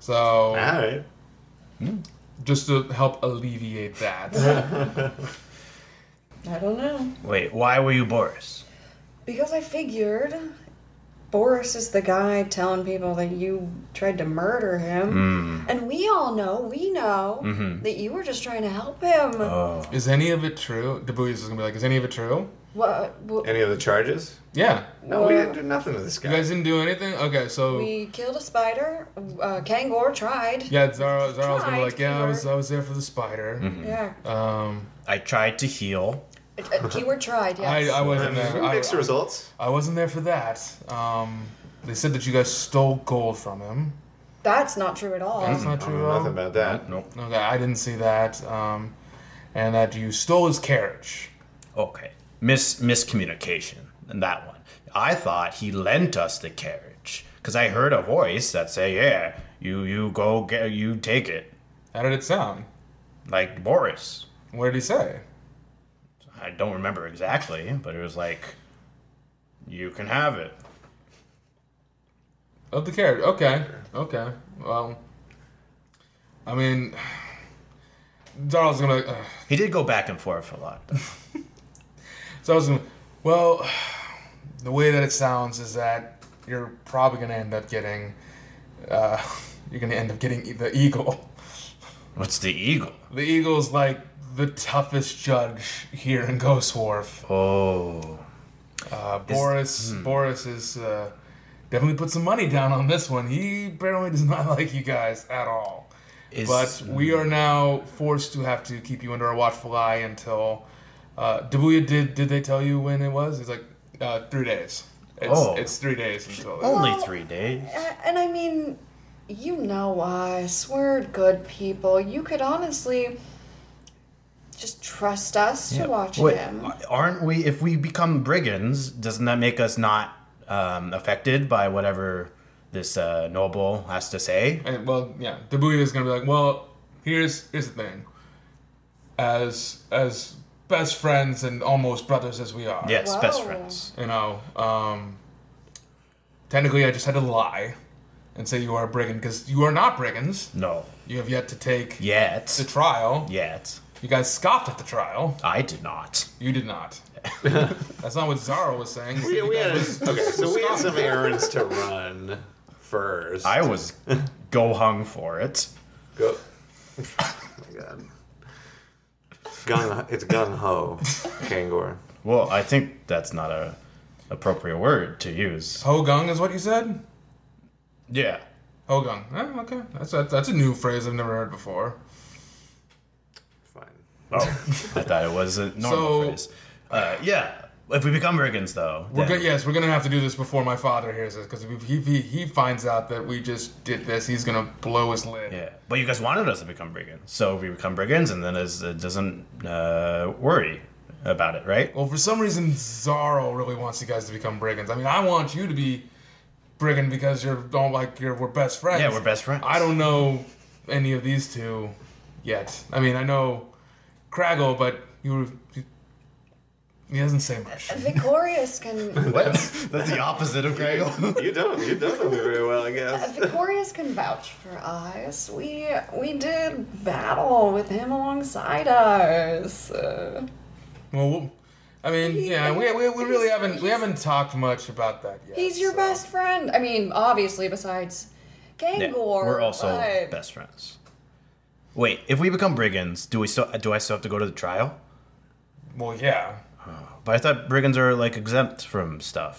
Speaker 3: So.
Speaker 6: All right.
Speaker 3: just to help alleviate that.
Speaker 7: I don't know.
Speaker 5: Wait, why were you Boris?
Speaker 7: Because I figured Boris is the guy telling people that you tried to murder him.
Speaker 3: Mm.
Speaker 7: And we all know, we know
Speaker 3: Mm-hmm.
Speaker 7: that you were just trying to help him.
Speaker 3: Uh,
Speaker 5: Oh.
Speaker 3: is any of it true? Debuy's is gonna be like, is any of it true?
Speaker 7: What, what,
Speaker 6: Any of the charges?
Speaker 3: Yeah.
Speaker 6: No, we didn't do nothing to this
Speaker 3: You
Speaker 6: guy.
Speaker 3: guys didn't do anything? Okay, so
Speaker 7: we killed a spider. Uh, Kangor tried.
Speaker 3: yeah, Zara Zara's gonna be like,
Speaker 7: tried,
Speaker 3: Yeah, I
Speaker 7: keyword.
Speaker 3: was I was there for the spider.
Speaker 6: Mm-hmm.
Speaker 7: Yeah.
Speaker 3: Um
Speaker 5: I tried to heal.
Speaker 7: Uh, uh, keyword tried,
Speaker 3: I,
Speaker 7: yes.
Speaker 3: I wasn't there. I,
Speaker 6: Mixed results.
Speaker 3: I wasn't there for that. Um they said that you guys stole gold from him.
Speaker 7: That's not true at all.
Speaker 3: That's not
Speaker 6: Mm-hmm. I don't
Speaker 3: true
Speaker 6: know
Speaker 3: at
Speaker 6: nothing
Speaker 3: all.
Speaker 6: about that.
Speaker 5: Nope.
Speaker 3: Okay, I didn't see that. Um and that you stole his carriage.
Speaker 5: Okay. Mis miscommunication. And that one. I thought he lent us the carriage because I heard a voice that say, "Yeah, you you go get you take it,"
Speaker 3: How did it sound?
Speaker 5: like Boris.
Speaker 3: What did he say?
Speaker 5: I don't remember exactly, but it was like, "You can have it."
Speaker 3: Of the carriage. Okay. Okay. Well, I mean, Daryl's gonna. Uh,
Speaker 5: He did go back and forth a lot. though.
Speaker 3: Daryl's gonna. Well, the way that it sounds is that you're probably gonna end up getting. Uh, you're gonna end up getting the eagle.
Speaker 5: What's the eagle?
Speaker 3: The eagle's like the toughest judge here in Ghost Wharf.
Speaker 5: Oh,
Speaker 3: Uh, Boris. Boris is. Uh, Definitely put some money down on this one. He apparently does not like you guys at all.
Speaker 5: is
Speaker 3: But we are now forced to have to keep you under a watchful eye until. Uh, Dabuya, did did they tell you when it was? He's like, uh, three days. It's,
Speaker 5: Oh.
Speaker 3: it's three days until.
Speaker 5: only
Speaker 7: Well-
Speaker 5: three days.
Speaker 7: Uh, and I mean, you know us. We're good people. You could honestly Just trust us to watch
Speaker 5: Wait,
Speaker 7: him.
Speaker 5: aren't we? If we become brigands, doesn't that make us not um, affected by whatever this uh, noble has to say?
Speaker 3: And well, yeah, Dabuya is gonna be like, well, here's here's the thing. As as best friends and almost brothers as we are,
Speaker 5: Yes, best
Speaker 7: Wow.
Speaker 5: friends.
Speaker 3: you know, um, technically, I just had to lie and say you are a brigand because you are not brigands.
Speaker 5: No,
Speaker 3: You have yet to take the
Speaker 5: yet,
Speaker 3: trial.
Speaker 5: yet,
Speaker 3: You guys scoffed at the trial.
Speaker 5: I did not.
Speaker 3: You did not. That's not what Zara was saying.
Speaker 6: We, we had okay, so we had
Speaker 3: Stop.
Speaker 6: some errands to run first.
Speaker 5: I was go hung for it.
Speaker 6: go. Oh my god. Gung, it's gung ho, Kangor.
Speaker 5: Well, I think that's not a appropriate word to use.
Speaker 3: Hogung is what you said?
Speaker 5: Yeah.
Speaker 3: Hogung. Oh, okay. That's a, that's a new phrase I've never heard before.
Speaker 6: Fine.
Speaker 5: Oh, I thought it was a normal
Speaker 3: So-
Speaker 5: phrase. Uh, yeah. If we become brigands, though,
Speaker 3: We're
Speaker 5: then-
Speaker 3: go- yes, we're gonna have to do this before my father hears this because if he, he he finds out that we just did this, he's gonna blow his lid.
Speaker 5: Yeah, but you guys wanted us to become brigands, so we become brigands, and then is, it doesn't uh, worry about it, right?
Speaker 3: Well, for some reason, Zaro really wants you guys to become brigands. I mean, I want you to be brigand because you're don't like you're we're best friends.
Speaker 5: Yeah, we're best friends.
Speaker 3: I don't know any of these two yet. I mean, I know Craggle, but you were, he doesn't say much.
Speaker 7: Victorious can
Speaker 5: What? That's the opposite of Craggle.
Speaker 6: You don't. You don't know me very well, I guess.
Speaker 7: Victorious can vouch for us. We we did battle with him alongside us. Uh,
Speaker 3: Well, we'll- I mean, yeah, we, we, we really haven't we haven't talked much about that yet.
Speaker 7: he's your
Speaker 3: so.
Speaker 7: best friend. I mean, obviously, besides Gangor.
Speaker 5: we're also
Speaker 7: but-
Speaker 5: best friends. Wait, if we become brigands, do we still do I still have to go to the trial?
Speaker 3: Well, yeah,
Speaker 5: But I thought brigands are like exempt from stuff.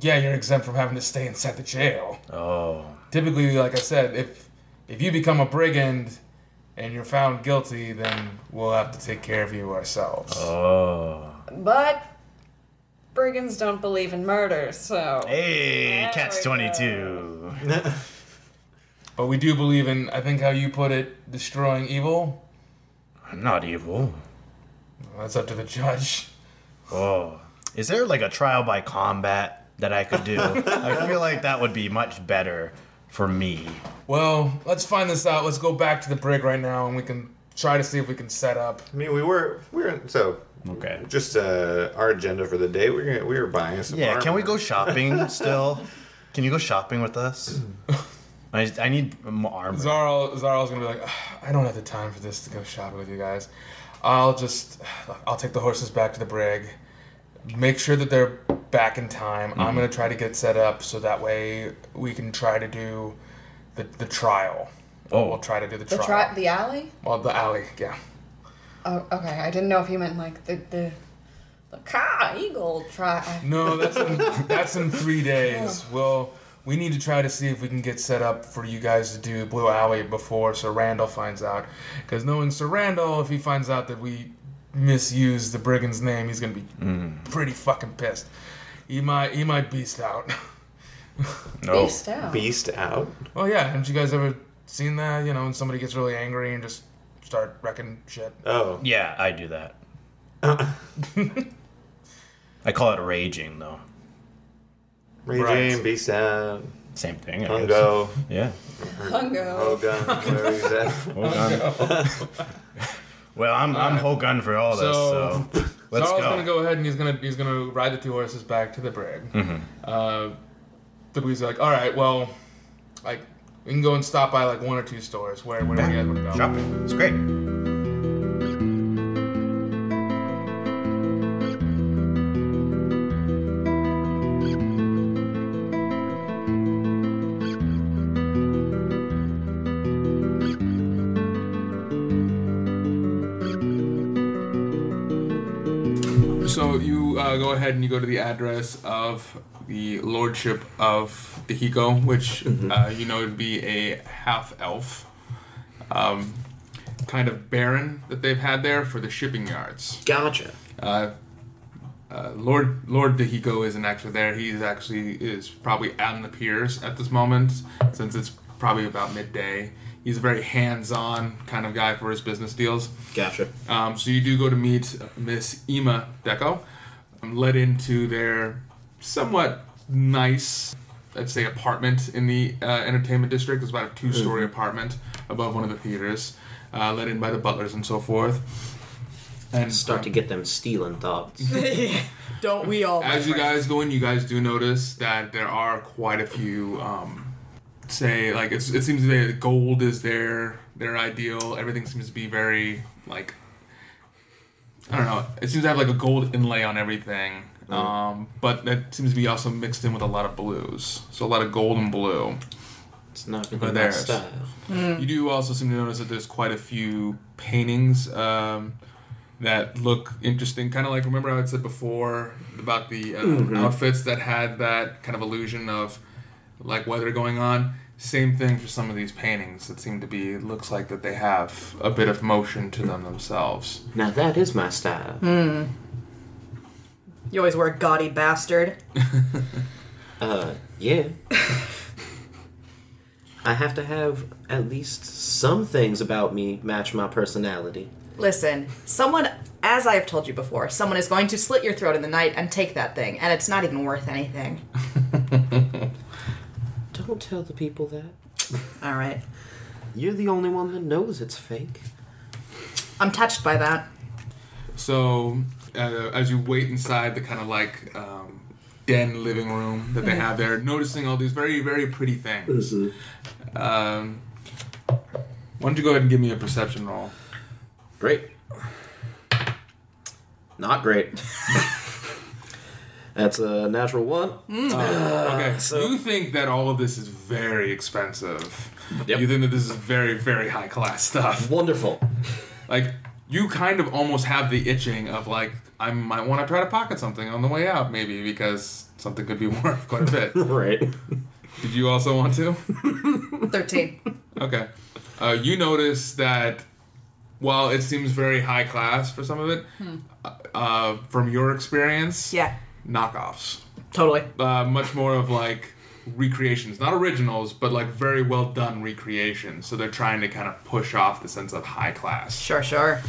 Speaker 3: yeah, you're exempt from having to stay inside the jail.
Speaker 5: Oh,
Speaker 3: Typically, like I said, if if you become a brigand and you're found guilty, then we'll have to take care of you ourselves.
Speaker 5: oh.
Speaker 7: But brigands don't believe in murder, so
Speaker 5: Hey,
Speaker 7: There
Speaker 5: catch
Speaker 7: we
Speaker 5: twenty two.
Speaker 3: But we do believe in, I think, how you put it, destroying evil.
Speaker 5: I'm not evil.
Speaker 3: That's up to the judge.
Speaker 5: Oh, is there like a trial by combat that I could do? I feel like that would be much better for me.
Speaker 3: Well, let's find this out. Let's go back to the brig right now, and we can try to see if we can set up.
Speaker 6: I mean, we were we were so
Speaker 5: Okay.
Speaker 6: just uh, our agenda for the day. We were we were buying some.
Speaker 5: Yeah, can we go
Speaker 6: armor.
Speaker 5: shopping still? Can you go shopping with us? I, I need more armor.
Speaker 3: Zarl, Zarl's gonna be like, "Ugh, I don't have the time for this to go shopping with you guys. I'll just, I'll take the horses back to the brig, make sure that they're back in time. I'm gonna try to get set up so that way we can try to do the, the trial.
Speaker 5: Oh.
Speaker 3: we'll try to do the,
Speaker 7: the
Speaker 3: trial.
Speaker 7: tri- the alley.
Speaker 3: well, the alley, yeah.
Speaker 7: Oh, okay. I didn't know if you meant like the the the Ka Eagle try.
Speaker 3: No, that's in, that's in three days. Well, we need to try to see if we can get set up for you guys to do Blue Alley before Sir Randall finds out. Because knowing Sir Randall, if he finds out that we misuse the brigand's name, he's gonna be pretty fucking pissed. He might he might beast out.
Speaker 5: No.
Speaker 7: Beast out.
Speaker 6: beast out?
Speaker 3: well, yeah. Haven't you guys ever seen that? You know, when somebody gets really angry and just start wrecking shit.
Speaker 6: Oh,
Speaker 5: Yeah, I do that. I call it raging though.
Speaker 6: Ray
Speaker 3: Right.
Speaker 6: Jane, beast out.
Speaker 5: Same thing. I guess.
Speaker 6: Hungo,
Speaker 5: Yeah.
Speaker 6: Oh,
Speaker 7: Hungo.
Speaker 6: Hogan, where he's at.
Speaker 5: Well, I'm I'm
Speaker 3: Alright.
Speaker 5: whole gun for all this. So,
Speaker 3: So-
Speaker 5: let's
Speaker 3: Zarl's
Speaker 5: go.
Speaker 3: gonna go ahead and he's gonna he's gonna ride the two horses back to the brig.
Speaker 5: Mm-hmm.
Speaker 3: Uh, the boys are like, all right, well, like we can go and stop by like one or two stores. Where where do you guys want to go?
Speaker 5: shopping. It's great.
Speaker 3: So you uh, go ahead and you go to the address of the Lordship of the Hiko, which
Speaker 5: Mm-hmm.
Speaker 3: uh, you know would be a half elf, um, kind of baron that they've had there for the shipping yards.
Speaker 4: Gotcha.
Speaker 3: uh, uh, Lord Lord Dehiko isn't actually there. He's actually is probably out on the piers at this moment, since it's probably about midday. He's a very hands-on kind of guy for his business deals.
Speaker 5: Gotcha.
Speaker 3: Um, so you do go to meet Miss Ima Deco, um, led into their somewhat nice, I'd say, apartment in the uh, entertainment district. It was about a two-story apartment above one of the theaters, uh, led in by the butlers and so forth. And
Speaker 4: Start
Speaker 3: um,
Speaker 4: to get them stealing thoughts.
Speaker 2: Mm-hmm. Don't we all? my
Speaker 3: as you
Speaker 2: friend?
Speaker 3: guys go in, you guys do notice that there are quite a few. Um, say like it's, it seems that gold is their their ideal. Everything seems to be very like I don't know. It seems to have like a gold inlay on everything. Um, but that seems to be also mixed in with a lot of blues. So a lot of gold and blue.
Speaker 4: It's not gonna
Speaker 3: But
Speaker 4: be my
Speaker 3: there's-
Speaker 4: style.
Speaker 3: You do also seem to notice that there's quite a few paintings um, that look interesting. Kind of like remember I had said before about the uh, outfits that had that kind of illusion of like weather going on. Same thing for some of these paintings that seem to be. It looks like that they have a bit of motion to them themselves.
Speaker 4: Now that is my style.
Speaker 2: Mm.
Speaker 7: You always were a gaudy bastard.
Speaker 4: Uh, yeah. I have to have at least some things about me match my personality.
Speaker 8: Listen, someone, as I have told you before, someone is going to slit your throat in the night and take that thing, and it's not even worth anything.
Speaker 4: Don't tell the people that.
Speaker 8: All right.
Speaker 4: You're the only one that knows it's fake.
Speaker 8: I'm touched by that.
Speaker 3: So, uh, as you wait inside the kind of like um, den living room that they have there, noticing all these very, very pretty things. Um, why don't you go ahead and give me a perception roll?
Speaker 5: Great. Not great.
Speaker 4: That's a natural one.
Speaker 3: Okay, so you think that all of this is very expensive.
Speaker 5: Yep.
Speaker 3: You think that this is very, very high class stuff.
Speaker 5: Wonderful.
Speaker 3: Like, you kind of almost have the itching of like, I might want to try to pocket something on the way out, maybe, because something could be worth quite a bit.
Speaker 4: Right.
Speaker 3: Did you also want to?
Speaker 8: 13.
Speaker 3: Okay. Uh, you notice that while it seems very high class for some of it, uh, uh, from your experience,
Speaker 8: Yeah,
Speaker 3: knockoffs.
Speaker 8: totally.
Speaker 3: Uh, much more of like recreations, not originals, but like very well done recreations. So they're trying to kind of push off the sense of high class.
Speaker 8: Sure, sure.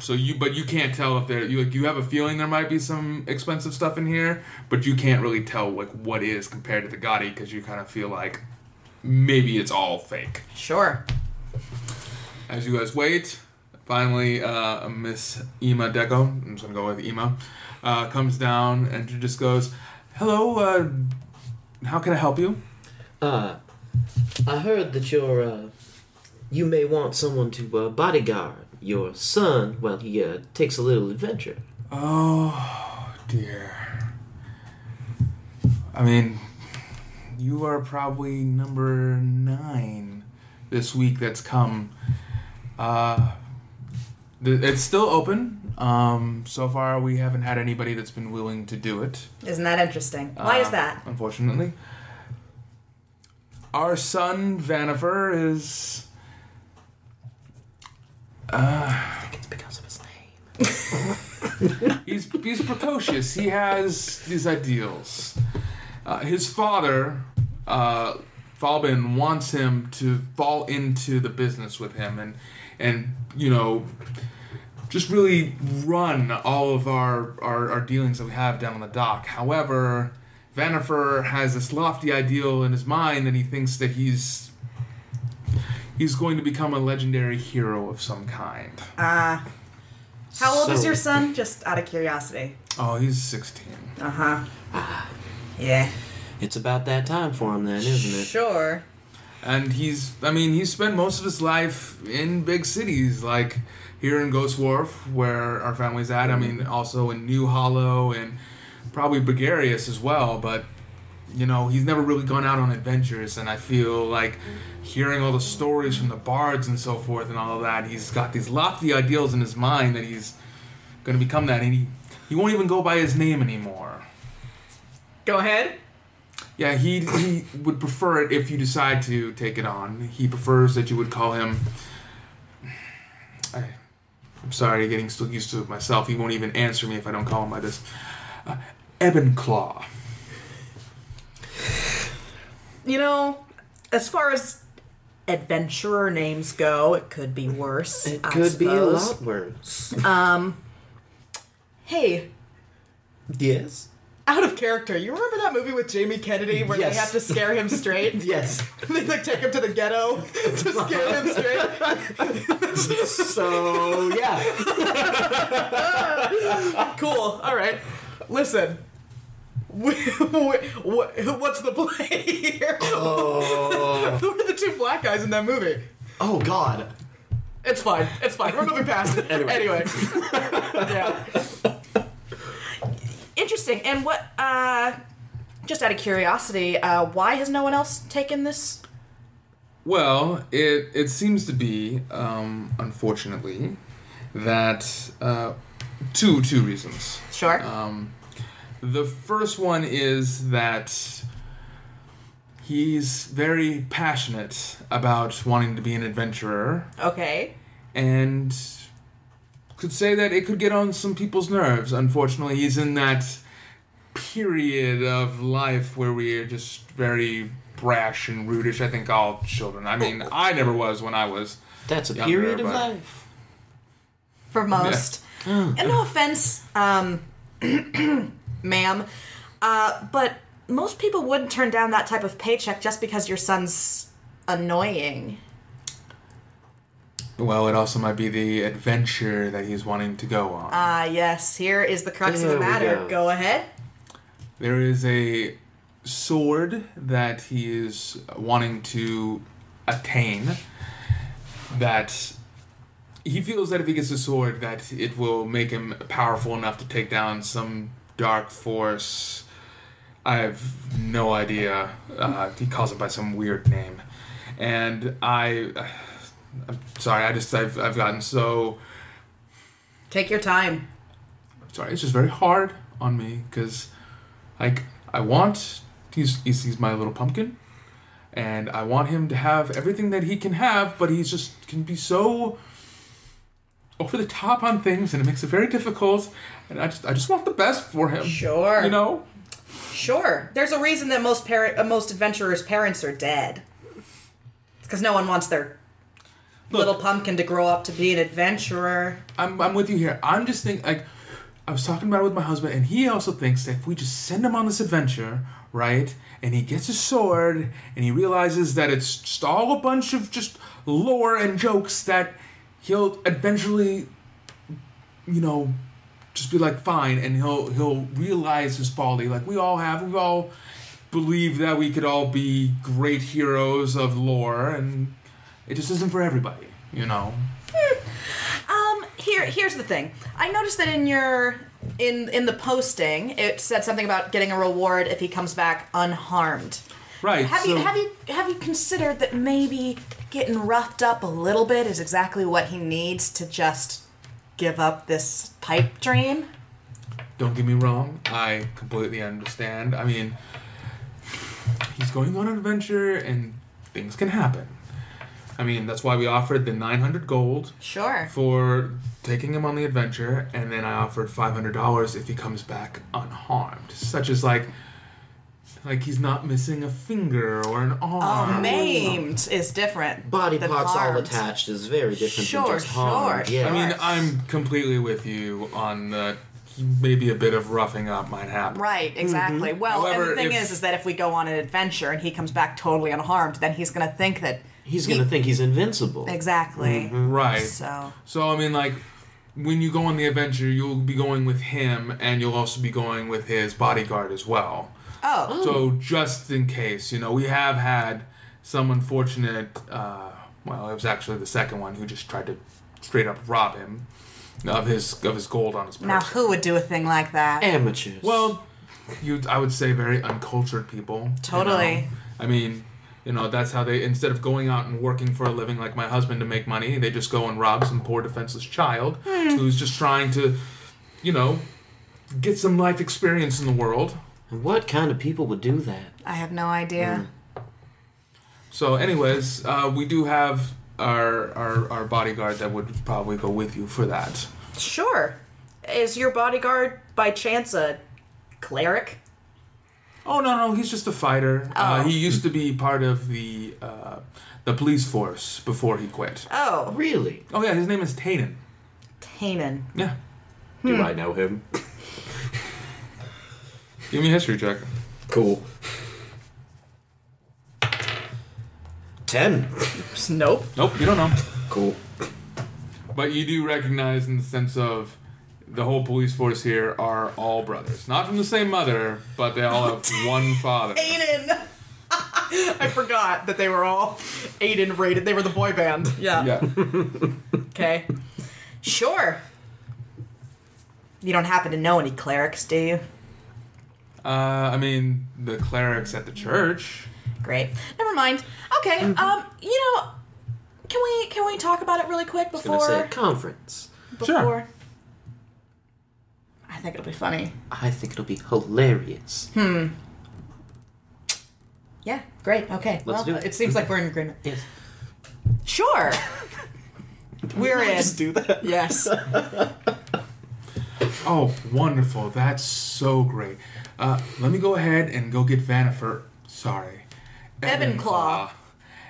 Speaker 3: So you, but you can't tell if there. You like you have a feeling there might be some expensive stuff in here, but you can't really tell like what is compared to the Gotti because you kind of feel like maybe it's all fake.
Speaker 8: Sure.
Speaker 3: As you guys wait, finally, uh, Miss Ima Deco, I'm just gonna go with Ima, uh, comes down and she just goes, "Hello, uh, how can I help you?"
Speaker 4: Uh, I heard that you're, uh, you may want someone to, uh, bodyguard your son while he, uh, takes a little adventure.
Speaker 3: Oh dear. I mean, you are probably number nine this week that's come. Uh, th- it's still open. Um, so far, we haven't had anybody that's been willing to do it.
Speaker 8: Isn't that interesting? Why is
Speaker 3: Uh,
Speaker 8: that?
Speaker 3: Unfortunately. Our son, Vanifer, is. uh,
Speaker 4: I think it's because of his name.
Speaker 3: He's, he's precocious. He has his ideals. Uh, his father, uh, Falbin, wants him to fall into the business with him and, and you know, just really run all of our, our, our dealings that we have down on the dock. However, Vanifer has this lofty ideal in his mind and he thinks that he's he's going to become a legendary hero of some kind.
Speaker 8: Uh, how old is
Speaker 4: So-
Speaker 8: your son? Just out of curiosity.
Speaker 3: Oh, he's 16.
Speaker 8: Uh huh. Yeah.
Speaker 4: It's about that time for him then, isn't it?
Speaker 8: Sure.
Speaker 3: and he's i mean he spent most of his life in big cities like here in ghost wharf where our family's at i mean also in new hollow and probably Bulgarius as well but you know he's never really gone out on adventures and i feel like hearing all the stories from the bards and so forth and all of that he's got these lofty ideals in his mind that he's going to become that and he, he won't even go by his name anymore
Speaker 8: Go ahead.
Speaker 3: yeah, he he would prefer it if you decide to take it on. He prefers that you would call him. I, I'm sorry, getting still used to it myself. He won't even answer me if I don't call him by this. Uh, Ebenclaw.
Speaker 8: You know, as far as adventurer names go, it could be worse.
Speaker 4: It
Speaker 8: I
Speaker 4: could be a
Speaker 8: suppose.
Speaker 4: lot worse.
Speaker 8: Hey,
Speaker 4: yes.
Speaker 8: out of character. You remember that movie with Jamie Kennedy where
Speaker 4: Yes.
Speaker 8: they have to scare him straight?
Speaker 4: Yes.
Speaker 8: they like take him to the ghetto to scare him straight.
Speaker 4: So yeah.
Speaker 8: Cool. All right. Listen. Wh- wh- wh- What's the play here? Who are the two black guys in that movie?
Speaker 4: Oh God.
Speaker 8: It's fine. It's fine. We're moving past it. Anyway. yeah. Interesting. And what, uh, just out of curiosity, uh, why has no one else taken this?
Speaker 3: Well, it it seems to be, um, unfortunately, that uh, two two reasons.
Speaker 8: Sure.
Speaker 3: Um, the first one is that he's very passionate about wanting to be an adventurer
Speaker 8: okay.
Speaker 3: and could say that it could get on some people's nerves. Unfortunately, he's in that period of life where we are just very brash and rudish. I think all children. I mean, I never was when I was.
Speaker 4: That's a
Speaker 3: Younger,
Speaker 4: period of
Speaker 3: but-
Speaker 4: life.
Speaker 8: for most.
Speaker 4: Mm.
Speaker 8: And no offense, um, ma'am, uh, but most people wouldn't turn down that type of paycheck just because your son's annoying.
Speaker 3: Well, it also might be the adventure that he's wanting to go on.
Speaker 8: Ah, yes, here is the crux of
Speaker 4: There
Speaker 8: the
Speaker 4: we
Speaker 8: matter.
Speaker 4: go.
Speaker 8: Go. ahead.
Speaker 3: There is a sword that he is wanting to attain that he feels that if he gets the sword that it will make him powerful enough to take down some dark force i have no idea uh, he calls it by some weird name and i i'm sorry i just i've, I've gotten so
Speaker 8: Take your time.
Speaker 3: sorry, it's just very hard on me because, like, I want he's, he's he's my little pumpkin, and I want him to have everything that he can have, but he's just can be so over the top on things, and it makes it very difficult. And I just I just want the best for him.
Speaker 8: Sure.
Speaker 3: You know.
Speaker 8: Sure. There's a reason that most parent, uh, most adventurers' parents are dead. It's because no one wants their little pumpkin to grow up to be an adventurer.
Speaker 3: I'm, I'm with you here. I'm just think like I was talking about it with my husband, and he also thinks that if we just send him on this adventure, right, and he gets a sword, and he realizes that it's just all a bunch of just lore and jokes that he'll eventually, you know, just be like fine, and he'll he'll realize his folly. Like we all have, we all believe that we could all be great heroes of lore, and it just isn't for everybody, you know.
Speaker 8: Um, here, here's the thing. I noticed that in your in in the posting, it said something about getting a reward if he comes back unharmed.
Speaker 3: Right.
Speaker 8: Have you
Speaker 3: so-
Speaker 8: have you have you considered that maybe getting roughed up a little bit is exactly what he needs to just give up this pipe dream?
Speaker 3: Don't get me wrong, I completely understand. I mean, he's going on an adventure and things can happen. I mean, that's why we offered the 900 gold
Speaker 8: Sure.
Speaker 3: for taking him on the adventure, and then I offered $500 if he comes back unharmed. Such as, like, like he's not missing a finger or an arm.
Speaker 8: Oh, maimed is different.
Speaker 4: Body
Speaker 8: than
Speaker 4: parts
Speaker 8: harmed.
Speaker 4: all attached is very different
Speaker 8: Sure,
Speaker 4: than just harm.
Speaker 8: sure,
Speaker 4: yeah.
Speaker 3: I mean,
Speaker 8: Yes.
Speaker 3: I'm completely with you on the maybe a bit of roughing up might happen.
Speaker 8: Right, exactly. Well, and
Speaker 3: Mm-hmm. However,
Speaker 8: the thing
Speaker 3: if-
Speaker 8: is, is that if we go on an adventure and he comes back totally unharmed, then he's gonna think that
Speaker 4: he's gonna think he's invincible.
Speaker 8: exactly.
Speaker 3: Right.
Speaker 8: So
Speaker 3: So I mean, like, when you go on the adventure, you'll be going with him, and you'll also be going with his bodyguard as well.
Speaker 8: Oh,
Speaker 3: So just in case, you know, we have had some unfortunate. Uh, well, it was actually the second one who just tried to straight up rob him of his of his gold on his person.
Speaker 8: now who would do a thing like that?
Speaker 4: Amateurs.
Speaker 3: Well, you I would say very uncultured people. you
Speaker 8: Totally.
Speaker 3: know? I mean, you know, that's how they instead of going out and working for a living like my husband to make money, they just go and rob some poor defenseless child who's just trying to, you know, get some life experience in the world.
Speaker 4: what kind of people would do that?
Speaker 8: I have no idea.
Speaker 3: So anyways, uh, we do have our, our our bodyguard that would probably go with you for that.
Speaker 4: Mm.
Speaker 8: Sure. Is your bodyguard by chance a cleric?
Speaker 9: Oh no, no, he's just a fighter. Uh,
Speaker 8: Oh.
Speaker 9: he used to be part of the uh, the police force before he quit.
Speaker 8: Oh,
Speaker 4: Really?
Speaker 9: Oh yeah, his name is Tanan.
Speaker 8: Tanan.
Speaker 9: Yeah,
Speaker 4: hmm.
Speaker 10: Do I know him?
Speaker 9: give me a history check.
Speaker 10: Cool.
Speaker 4: Ten.
Speaker 8: Nope.
Speaker 9: Nope, you don't know,
Speaker 10: Cool.
Speaker 9: but you do recognize in the sense of the whole police force here are all brothers, not from the same mother, but they all have one father.
Speaker 8: Aiden. I forgot that they were all Aiden rated. They were the boy band. Yeah.
Speaker 9: Yeah,
Speaker 8: Okay. Sure. You don't happen to know any clerics, do you?
Speaker 9: uh, I mean the clerics at the church.
Speaker 8: Great. Never mind. Okay.
Speaker 4: Mm-hmm.
Speaker 8: Um. You know, can we can we talk about it really quick
Speaker 4: Gonna
Speaker 8: before
Speaker 4: say conference.
Speaker 8: before? I think it'll be funny.
Speaker 4: I think it'll be hilarious.
Speaker 8: Yeah. Great. Okay. well,
Speaker 4: do it.
Speaker 8: seems like we're in agreement.
Speaker 4: Yes.
Speaker 8: Sure. we're in.
Speaker 4: do that.
Speaker 8: Yes.
Speaker 9: Oh, wonderful. That's so great. Uh, let me go ahead and go get Vanifer. Sorry.
Speaker 8: Ebenclaw.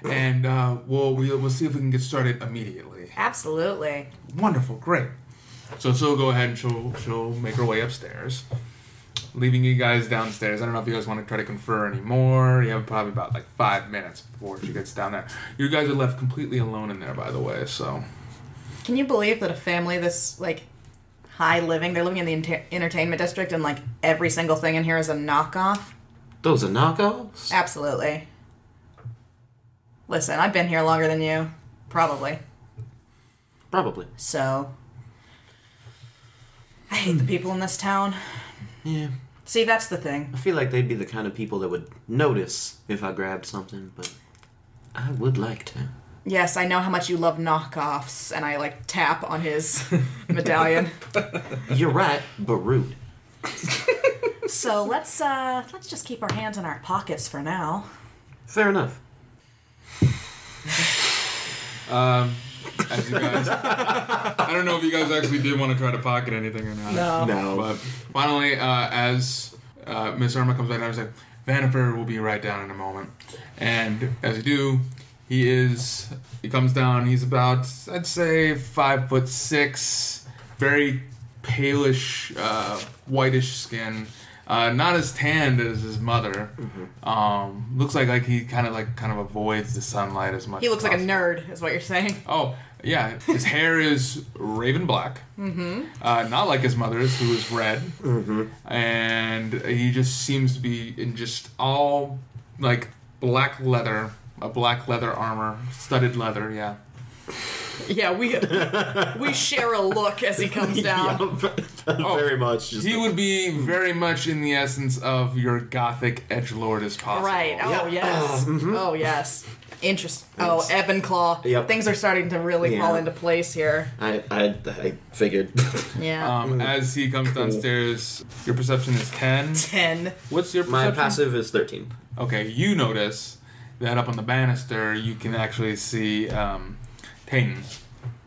Speaker 9: And uh, we'll, we'll, we'll see if we can get started immediately.
Speaker 8: Absolutely.
Speaker 9: Wonderful. Great. So she'll go ahead and she'll, she'll make her way upstairs, leaving you guys downstairs. I don't know if you guys want to try to confer anymore. You have probably about like five minutes before she gets down there. You guys are left completely alone in there, by the way, so.
Speaker 8: Can you believe that a family this like high living, they're living in the enter- entertainment district, and like every single thing in here is a knockoff?
Speaker 4: Those are knockoffs.
Speaker 8: Absolutely. Listen, I've been here longer than you, probably.
Speaker 4: Probably.
Speaker 8: So I hate the people in this town.
Speaker 4: Yeah.
Speaker 8: See, that's the thing.
Speaker 4: I feel like they'd be the kind of people that would notice if I grabbed something, but I would like to.
Speaker 8: Yes, I know how much you love knockoffs, and I like tap on his medallion.
Speaker 4: You're right, but rude.
Speaker 8: So let's uh let's just keep our hands in our pockets for now.
Speaker 4: Fair enough.
Speaker 9: Um, as you guys, I don't know if you guys actually did want to try to pocket anything or not.
Speaker 8: No.
Speaker 9: But finally, uh, as uh, Miss Irma comes back down, she's like, Vanifer will be right down in a moment. And as you do, he is, he comes down, he's about, I'd say, five foot six, very palish, uh, whitish skin. Uh, not as tanned as his mother. Um, looks like like he kind of like kind of avoids the sunlight as much.
Speaker 8: He
Speaker 9: as
Speaker 8: looks like a
Speaker 9: possible.
Speaker 8: nerd, is what you're saying.
Speaker 9: Oh, yeah. His hair is raven black. Mm-hmm. Uh, not like his mother's, who is red. Mm-hmm. And he just seems to be in just all like black leather, a black leather armor, studded leather. Yeah.
Speaker 8: Yeah, we we share a look as he comes down.
Speaker 4: very much. Just
Speaker 9: He would be very much in the essence of your gothic edge lord as possible. Um,
Speaker 8: Right. Oh yes. Oh yes. Interesting. Oh, Ebb and Claw.
Speaker 4: Mm-hmm. Yep.
Speaker 8: Things are starting to really
Speaker 4: Yeah.
Speaker 8: fall into place here.
Speaker 4: I, I, I figured.
Speaker 8: Yeah.
Speaker 9: Um, as he comes downstairs, your perception is ten.
Speaker 8: Ten.
Speaker 9: What's your
Speaker 4: My
Speaker 9: perception?
Speaker 4: passive is 13.
Speaker 9: Okay, you notice that up on the banister, you can actually see um, Tainan.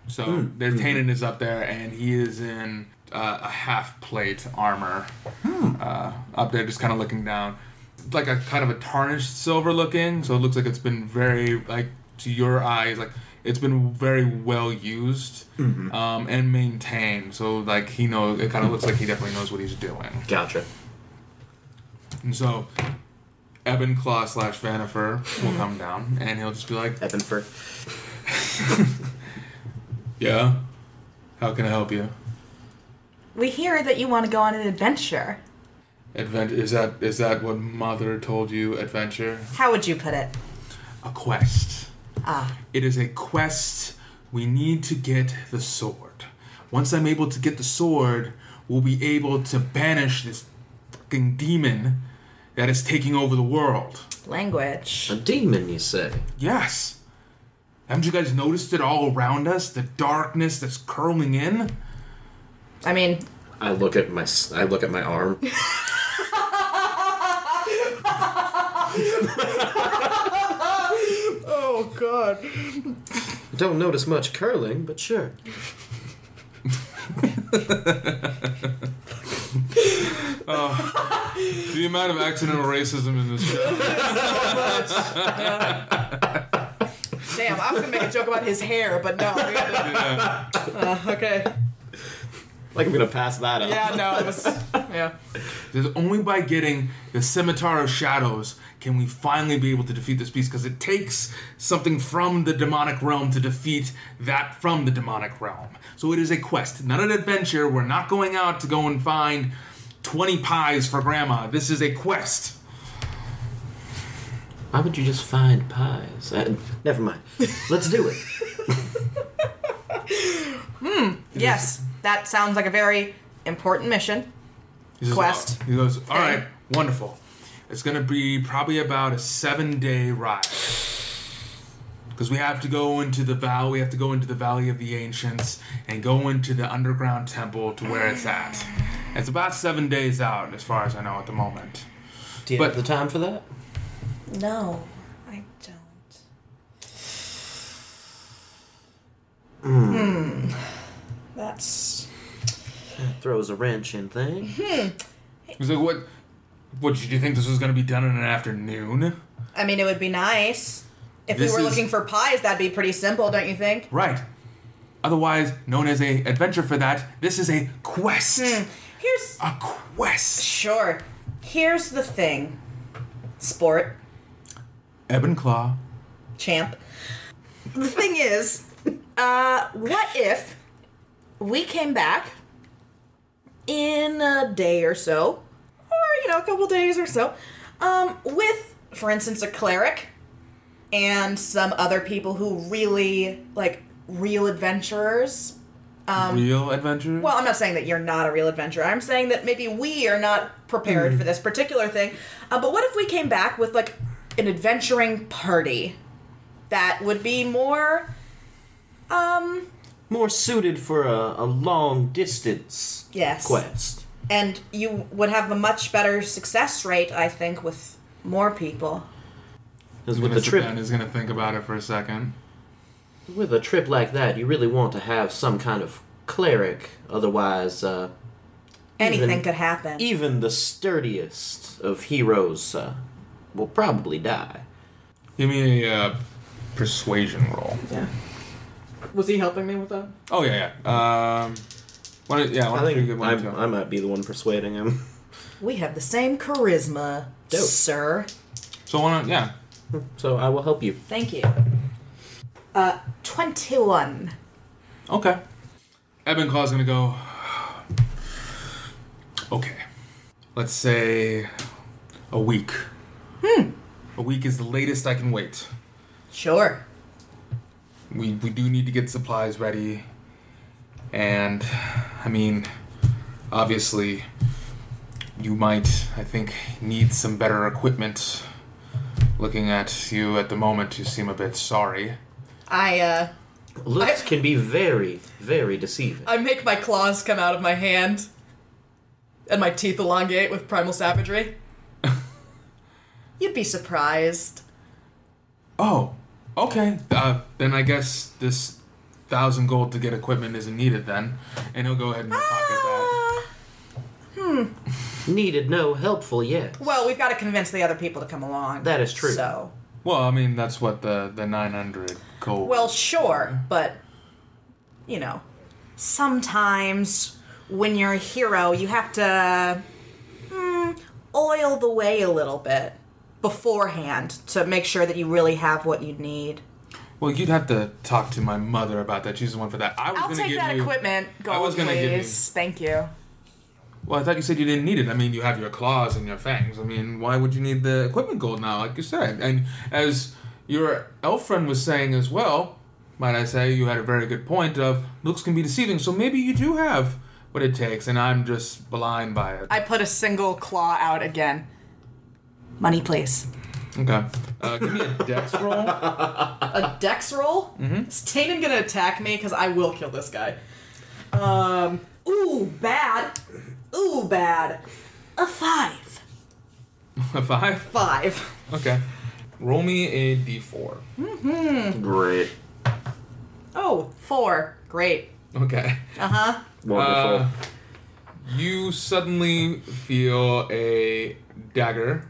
Speaker 9: So their Tainan is up there, and he is in uh, a half plate armor uh, up there, just kind of looking down, It's like a kind of a tarnished silver looking. So it looks like it's been very like to your eyes, like it's been very well used um, and maintained. So like he knows, it kind of looks like he definitely knows what he's doing.
Speaker 4: Gotcha.
Speaker 9: And so, Ebenclaw slash Vanifer will come down, and he'll just be like,
Speaker 4: Evanfer.
Speaker 9: "Yeah, how can I help you?
Speaker 8: We hear that you want to go on an adventure.
Speaker 9: Advent is that is that what Mother told you? Adventure,
Speaker 8: How would you put it?
Speaker 9: a quest.
Speaker 8: Ah.
Speaker 9: It is a quest. We need to get the sword. Once I'm able to get the sword, we'll be able to banish this fucking demon that is taking over the world."
Speaker 8: Language.
Speaker 4: A demon, you say?
Speaker 9: Yes. Haven't you guys noticed it all around us? The darkness that's curling in?
Speaker 8: I mean,
Speaker 4: I look at my s- I look at my arm.
Speaker 8: Oh god.
Speaker 4: Don't notice much curling, but sure.
Speaker 9: The amount of accidental racism in this show.
Speaker 8: Damn, I was gonna make a joke about his hair, but no. we gotta-
Speaker 9: Yeah.
Speaker 8: uh, okay.
Speaker 10: Like I'm gonna pass that up.
Speaker 8: Yeah, no, it was. Yeah.
Speaker 9: There's only by getting the Scimitar of Shadows can we finally be able to defeat this beast because it takes something from the demonic realm to defeat that from the demonic realm. So it is a quest, not an adventure. We're not going out to go and find 20 pies for grandma. This is a quest.
Speaker 4: Why would you just find pies? Uh, never mind. Let's do it.
Speaker 8: Yes, that sounds like a very important mission.
Speaker 9: He says,
Speaker 8: Quest.
Speaker 9: "Oh." He goes, all right, wonderful. It's gonna be probably about a seven day ride. Because we have to go into the val, we have to go into the Valley of the Ancients and go into the underground temple to where it's at. It's about seven days out, as far as I know at the moment.
Speaker 4: Do you
Speaker 9: But-
Speaker 4: have the time for that?
Speaker 7: No, I don't.
Speaker 9: Hmm.
Speaker 8: Hmm, That's.
Speaker 4: Throws a wrench in thing.
Speaker 9: He's like, "What? What did you think this was gonna be done in an afternoon?"
Speaker 8: I mean, it would be nice. If
Speaker 9: This
Speaker 8: we were
Speaker 9: is-
Speaker 8: looking for pies, that'd be pretty simple, don't you think?
Speaker 9: Right. Otherwise known as a adventure. For that, this is a quest.
Speaker 8: Hmm. Here's.
Speaker 9: A quest.
Speaker 8: Sure. Here's the thing, sport,
Speaker 9: Ebb and Claw.
Speaker 8: champ. The thing is, uh, what if we came back in a day or so, or, you know, a couple days or so, um, with, for instance, a cleric and some other people who really, like, real adventurers
Speaker 9: Real adventure.
Speaker 8: Um, Well, I'm not saying that you're not a real adventurer. I'm saying that maybe we are not prepared
Speaker 2: Mm-hmm.
Speaker 8: for this particular thing. Uh, but what if we came back with like an adventuring party that would be more, um,
Speaker 4: More suited for a, a long distance
Speaker 8: yes,
Speaker 4: quest.
Speaker 8: and you would have a much better success rate, I think, with more people.
Speaker 4: Because
Speaker 9: He's
Speaker 4: with
Speaker 9: gonna
Speaker 4: a
Speaker 9: sit down,
Speaker 4: trip
Speaker 9: he's gonna think about it for a second.
Speaker 4: with a trip like that, you really want to have some kind of cleric. Otherwise, uh,
Speaker 8: Anything
Speaker 4: Even-
Speaker 8: could happen.
Speaker 2: E,
Speaker 4: even the sturdiest of heroes uh, will probably die.
Speaker 9: Give me a uh, persuasion roll.
Speaker 2: Was he helping me with that?
Speaker 9: Oh yeah, yeah. Um, why don't- yeah, why don't you give
Speaker 4: I, uh,
Speaker 9: one too?
Speaker 4: I might be the one persuading him.
Speaker 8: we have the same charisma,
Speaker 4: Dope.
Speaker 8: sir.
Speaker 9: So why not? Yeah,
Speaker 4: So I will help you.
Speaker 8: Thank you. Uh, twenty-one.
Speaker 9: okay. Eben Claw's gonna go. Okay, let's say a week. Hmm. A week is the latest I can wait.
Speaker 8: Sure.
Speaker 9: We we do need to get supplies ready, and I mean, obviously, you might I think need some better equipment. Looking at you at the moment, you seem a bit sorry.
Speaker 8: I uh,
Speaker 4: Looks can be very, very deceiving.
Speaker 2: I make my claws come out of my hand, and my teeth elongate with primal savagery.
Speaker 8: you'd be surprised.
Speaker 9: Oh, okay. Uh, then I guess this thousand gold to get equipment isn't needed then, and he'll go ahead and pocket that.
Speaker 2: Ah.
Speaker 4: Needed no helpful yet.
Speaker 8: Well, we've got to convince the other people to come along.
Speaker 4: That is true.
Speaker 8: So,
Speaker 9: Well, I mean that's what the the nine hundred gold.
Speaker 8: well, sure,
Speaker 4: Mm-hmm.
Speaker 8: but you know, sometimes when you're a hero, you have to mm, oil the way a little bit beforehand to make sure that you really have what you need.
Speaker 9: well, you'd have to talk to my mother about that. She's the one for that. I was
Speaker 8: I'll
Speaker 9: gonna
Speaker 8: take
Speaker 9: give
Speaker 8: that
Speaker 9: you-
Speaker 8: equipment. Go,
Speaker 9: I was gonna
Speaker 8: please.
Speaker 9: give you-
Speaker 8: Thank you.
Speaker 9: Well, I thought you said you didn't need it. I mean, you have your claws and your fangs. I mean, why would you need the equipment gold now, like you said? And as your elf friend was saying as well, might I say, you had a very good point of looks can be deceiving, so maybe you do have what it takes, and I'm just blind by it.
Speaker 8: I put a single claw out again. Money, please.
Speaker 9: Okay. Uh, give me a dex roll.
Speaker 2: A dex roll? Mm-hmm. Is Tanan gonna attack me? Because I will kill this guy. Um,
Speaker 8: Ooh, bad. Ooh, bad. A five.
Speaker 9: A five?
Speaker 2: five.
Speaker 9: Okay. Roll me a d4.
Speaker 10: Great.
Speaker 8: Oh, four. Great.
Speaker 9: Okay.
Speaker 8: Uh huh.
Speaker 2: Uh-huh.
Speaker 10: Wonderful.
Speaker 9: Uh, You suddenly feel a dagger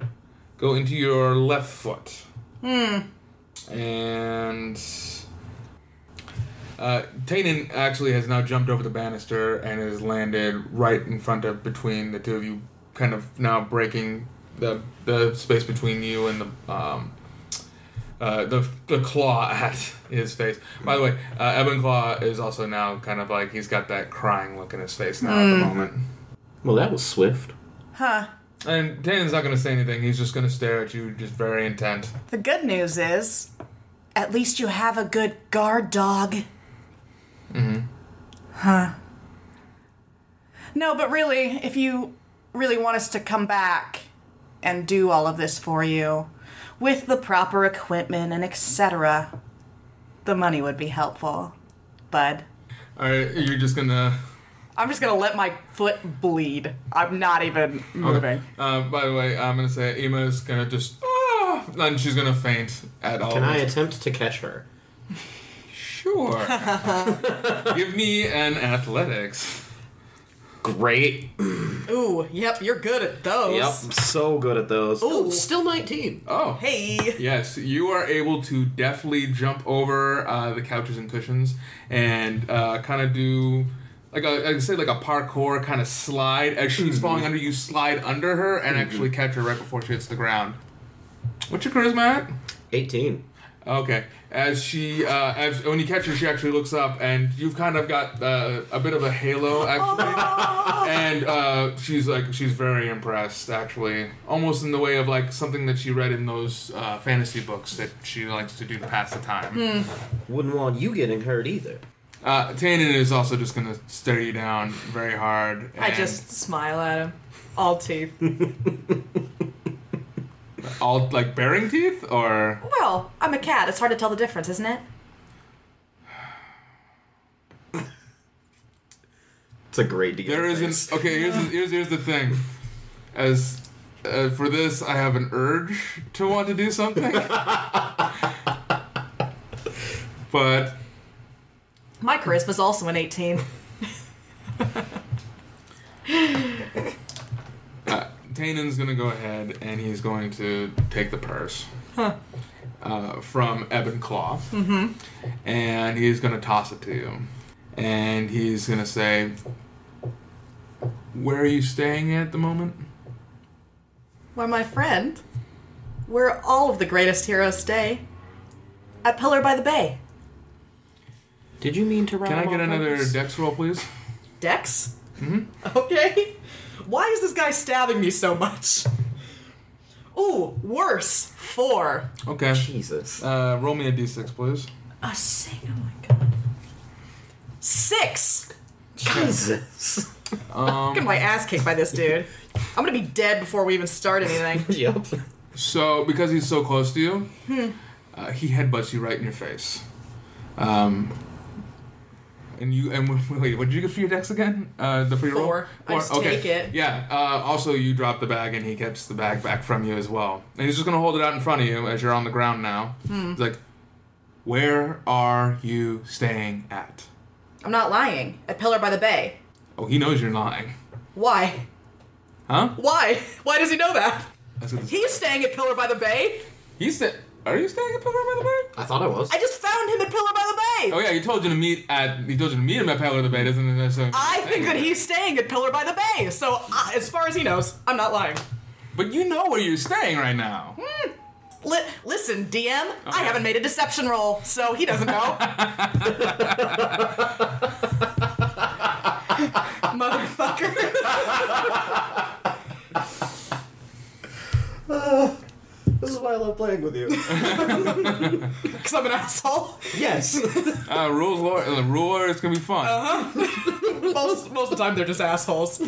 Speaker 9: go into your left foot. Hmm. And uh, Tainen actually has now jumped over the banister and has landed right in front of between the two of you, kind of now breaking the the space between you and the um, uh, the, the claw at his face. By the way, uh, Ebon Claw is also now kind of like he's got that crying look in his face now at the moment.
Speaker 4: Well, that was swift.
Speaker 8: Huh.
Speaker 9: And Tanen's not going to say anything. He's just going to stare at you, just very intent.
Speaker 8: The good news is, at least you have a good guard dog. Mm hmm. Huh. No, but really, if you really want us to come back and do all of this for you with the proper equipment and etc., the money would be helpful. Bud.
Speaker 9: All right, you're just going to.
Speaker 2: I'm just gonna let my foot bleed. I'm not even moving.
Speaker 9: Uh, by the way, I'm going to say Emma's going to just. "Ah," and she's going to faint at all.
Speaker 4: Can I attempt to catch her?
Speaker 9: Sure. Give me an athletics.
Speaker 10: Great.
Speaker 2: Ooh, yep, you're good at those.
Speaker 10: Yep. I'm so good at those.
Speaker 4: Oh, still 19.
Speaker 9: Oh.
Speaker 2: Hey.
Speaker 9: Yes, you are able to deftly jump over uh, the couches and cushions and uh, kind of do like a, I could say like a parkour kind of slide as she's falling under. You slide under her and actually catch her right before she hits the ground. What's your charisma at?
Speaker 4: 18.
Speaker 9: Okay. As she, uh, as when you catch her, she actually looks up, and you've kind of got uh, a bit of a halo, actually. and uh, she's like, she's very impressed, actually, almost in the way of like something that she read in those uh, fantasy books that she likes to do to pass the time.
Speaker 2: Hmm.
Speaker 4: Wouldn't want you getting hurt either.
Speaker 9: Uh, Tannen is also just gonna stare you down very hard.
Speaker 2: I
Speaker 9: and
Speaker 2: just smile at him. All teeth.
Speaker 9: all like bearing teeth, or
Speaker 8: Well, I'm a cat. It's hard to tell the difference, isn't it?
Speaker 10: It's a great deal.
Speaker 9: There isn't. Okay, here's the, here's here's the thing. As uh, for this, I have an urge to want to do something, but
Speaker 8: My charisma's also an 18.
Speaker 9: uh, Tanen's gonna go ahead and he's going to take the purse uh, from Ebon Claw, mm-hmm. and he's gonna toss it to you, and he's gonna say, "Where are you staying at the moment?"
Speaker 8: Where my friend, where all of the greatest heroes stay, at Pillar by the Bay.
Speaker 4: Did you mean to run
Speaker 9: Can I get another
Speaker 4: purpose?
Speaker 9: dex roll, please?
Speaker 2: Dex? Okay. Why is this guy stabbing me so much? Ooh, worse. Four.
Speaker 9: Okay.
Speaker 4: Jesus.
Speaker 9: Uh, roll me a d6, please.
Speaker 8: A sing. Oh my god. Six.
Speaker 4: Jesus.
Speaker 2: I'm getting my ass kicked by this dude. I'm gonna be dead before we even start anything.
Speaker 4: yep.
Speaker 9: So, because he's so close to you,
Speaker 2: Hmm.
Speaker 9: uh, he headbutts you right in your face. Um, and you and wait, what did you get for your dex again? Uh, the free roll.
Speaker 2: Four. I just take it.
Speaker 9: Yeah. Uh, also, you drop the bag, and he gets the bag back from you as well. And he's just gonna hold it out in front of you as you're on the ground now.
Speaker 2: Hmm.
Speaker 9: He's like, "Where are you staying at?"
Speaker 2: I'm not lying. At Pillar by the Bay.
Speaker 9: Oh, he knows you're lying,
Speaker 2: Why?
Speaker 9: huh?
Speaker 2: Why? Why does he know that?
Speaker 9: That's what this-
Speaker 2: He's staying at Pillar by the Bay.
Speaker 9: He's sta- Are you staying at Pillar by the Bay?
Speaker 4: I thought I was.
Speaker 2: I just found him at Pillar by the Bay.
Speaker 9: Oh yeah, you told you to meet at you told you to meet him at Palo Alto Bay, doesn't it? necessarily-
Speaker 2: I think that he's staying at Pillar by the Bay. So, I, as far as he knows, I'm not lying.
Speaker 9: But you know where you're staying right now.
Speaker 2: Li- listen, DM, I haven't made a deception roll, so he doesn't know. Motherfucker.
Speaker 6: Ah,
Speaker 10: This is why I love playing with you.
Speaker 2: Because I'm an asshole.
Speaker 4: yes.
Speaker 9: Uh, rules, lore, uh, rule lore is gonna be fun.
Speaker 2: Most, most of the time, they're just assholes.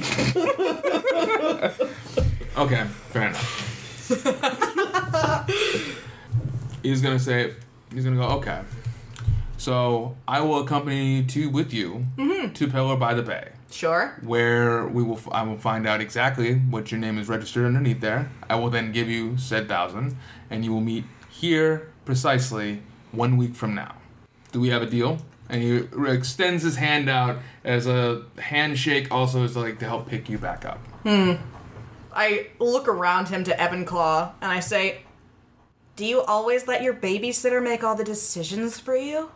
Speaker 9: Okay, fair enough. he's gonna say, he's gonna go, okay. So I will accompany to with you to Pillar by the Bay,
Speaker 8: Sure.
Speaker 9: where we will. F- I will find out exactly what your name is registered underneath there. I will then give you said thousand, and you will meet here precisely one week from now. Do we have a deal? and he re- extends his hand out as a handshake, also is like to help pick you back up.
Speaker 8: I look around him to Evan Claw and I say, Do you always let your babysitter make all the decisions for you?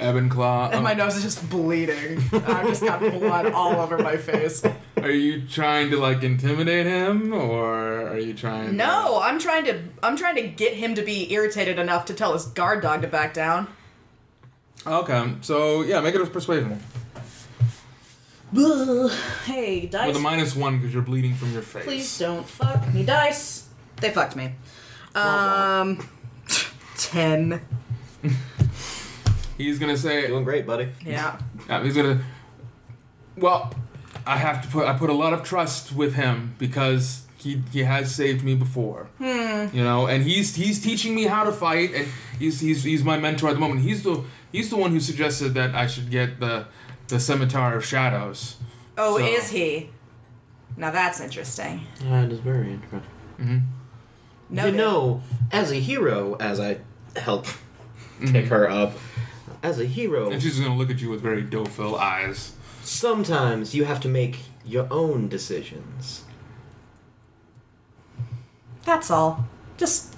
Speaker 9: Ebenclaw,
Speaker 2: And
Speaker 9: um,
Speaker 2: my nose is just bleeding. I've just got blood all over my face.
Speaker 9: are you trying to like intimidate him, or are you trying?
Speaker 8: No, I'm trying to I'm trying to get him to be irritated enough to tell his guard dog to back down.
Speaker 9: To... Okay, so yeah, make it a persuasion
Speaker 8: Hey,
Speaker 9: with
Speaker 8: dice.
Speaker 9: a minus one because you're bleeding from your face.
Speaker 8: Please don't fuck me, dice. They fucked me. Um, ten.
Speaker 9: He's gonna say,
Speaker 10: Doing great, buddy.
Speaker 8: Yeah.
Speaker 9: Yeah, he's gonna. Well, I have to put I put a lot of trust with him because he he has saved me before. You know, and he's he's teaching me how to fight, and he's he's he's my mentor at the moment. He's the he's the one who suggested that I should get the the scimitar of shadows.
Speaker 8: Oh,
Speaker 9: So-
Speaker 8: is he? Now that's interesting.
Speaker 4: That is very interesting.
Speaker 8: No,
Speaker 4: you know, as a hero, as I help pick her up, as a hero,
Speaker 9: And she's gonna look at you with very doe-filled eyes.
Speaker 4: sometimes you have to make your own decisions.
Speaker 8: that's all. Just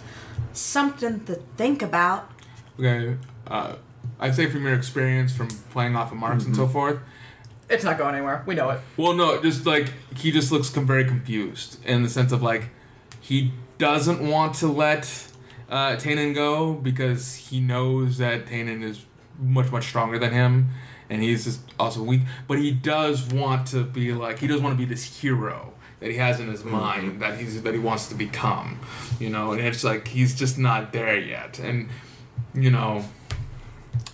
Speaker 8: something to think about.
Speaker 9: Okay, uh, I'd say from your experience from playing off of marks and so forth,
Speaker 2: It's not going anywhere. We know it.
Speaker 9: Well, no, just like he just looks com- very confused in the sense of like he doesn't want to let uh, Tannen go because he knows that Tannen is much much stronger than him, and he's just also weak. But he does want to be like he does want to be this hero that he has in his mind that he's that he wants to become, you know. And it's like he's just not there yet, and you know.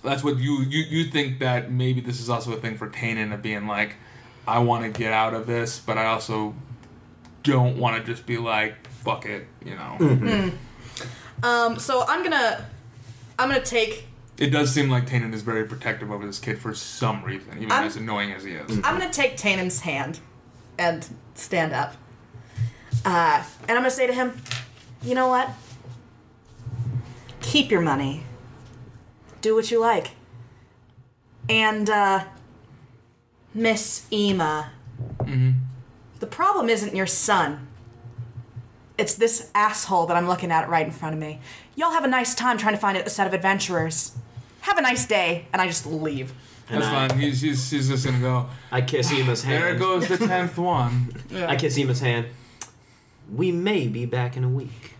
Speaker 9: That's what you, you you think that maybe this is also a thing for Tannen of being like, I want to get out of this, but I also don't want to just be like, fuck it, you know.
Speaker 10: Hmm.
Speaker 8: Um, so I'm gonna, I'm gonna take,
Speaker 9: It does seem like Tannen is very protective over this kid for some reason, even
Speaker 8: I'm-
Speaker 9: as annoying as he
Speaker 10: Hmm.
Speaker 9: is.
Speaker 8: I'm gonna take Tanen's hand, and stand up. Uh, and I'm gonna say to him, you know what? Keep your money. Do what you like. And uh, Miss Ema, the problem isn't your son. It's this asshole that I'm looking at right in front of me. Y'all have a nice time trying to find a set of adventurers. Have a nice day, and I just leave.
Speaker 4: And
Speaker 9: That's
Speaker 4: I,
Speaker 9: fine. He's, he's, he's just gonna go.
Speaker 4: I kiss Ema's hand.
Speaker 9: There goes the tenth one.
Speaker 4: I kiss Ema's hand. We may be back in a week.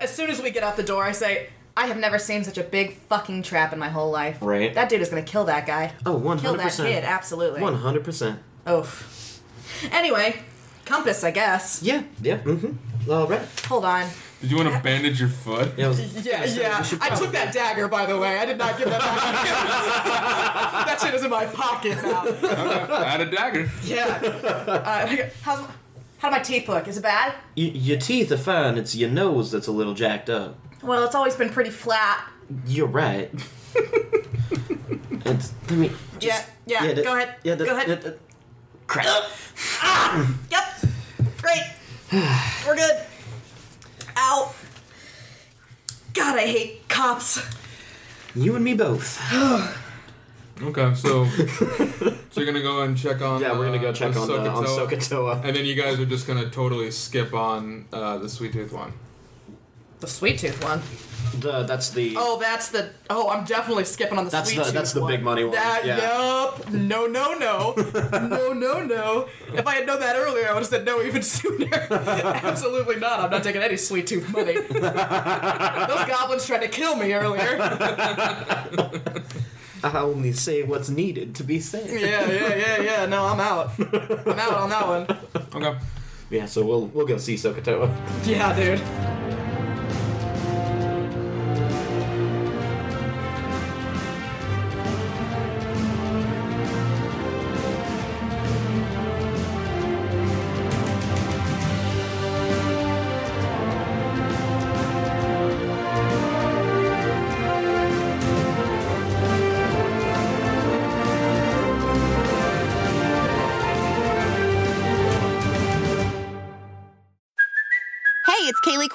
Speaker 8: As soon as we get out the door, I say, I have never seen such a big fucking trap in my whole life.
Speaker 4: Right.
Speaker 8: That dude is gonna kill that guy.
Speaker 4: Oh, 100%.
Speaker 8: Kill that kid, absolutely.
Speaker 4: 100%.
Speaker 8: Oof. Anyway, compass, I guess.
Speaker 4: Yeah, yeah, mm-hmm. All right.
Speaker 8: Hold on.
Speaker 9: Did you want to bandage your foot?
Speaker 4: Yeah, I was-
Speaker 2: Yeah, yeah. I took that dagger, by the way. I did not give that back. that shit is in my pocket now.
Speaker 9: Add a dagger.
Speaker 2: Yeah.
Speaker 8: Uh, how's, how do my teeth look? Is it bad?
Speaker 4: y- your teeth are fine. It's your nose that's a little jacked up.
Speaker 8: Well, it's always been pretty flat.
Speaker 4: You're right. it's, I mean,
Speaker 8: yeah, yeah.
Speaker 4: that-
Speaker 8: go ahead.
Speaker 4: Yeah, that-
Speaker 8: go ahead.
Speaker 4: that- that- crap.
Speaker 8: Yep. Great. We're good. Ow. God, I hate cops.
Speaker 4: You and me both.
Speaker 9: Okay, so so you're gonna go and check on.
Speaker 10: Yeah, we're gonna
Speaker 9: uh,
Speaker 10: go check on, the, on Sokotoa.
Speaker 9: And then you guys are just gonna totally skip on uh, the sweet tooth one.
Speaker 8: The sweet tooth one.
Speaker 10: The, that's the.
Speaker 2: Oh, that's the. Oh, I'm definitely skipping on the
Speaker 10: That's
Speaker 2: sweet
Speaker 10: the-
Speaker 2: tooth
Speaker 10: that's the big money one.
Speaker 2: That,
Speaker 10: Yeah.
Speaker 2: Yup. No, no, no. no, no, no. If I had known that earlier, I would have said no even sooner. Absolutely not. I'm not taking any sweet tooth money. Those goblins tried to kill me earlier.
Speaker 4: I only say what's needed to be said.
Speaker 2: Yeah, yeah, yeah, yeah. No, I'm out. I'm out on that one.
Speaker 9: Okay.
Speaker 4: Yeah, so we'll we'll go see Sokotoa.
Speaker 2: Yeah, dude.
Speaker 11: Hey, it's Kaylee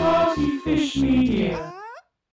Speaker 12: Party Fish Media.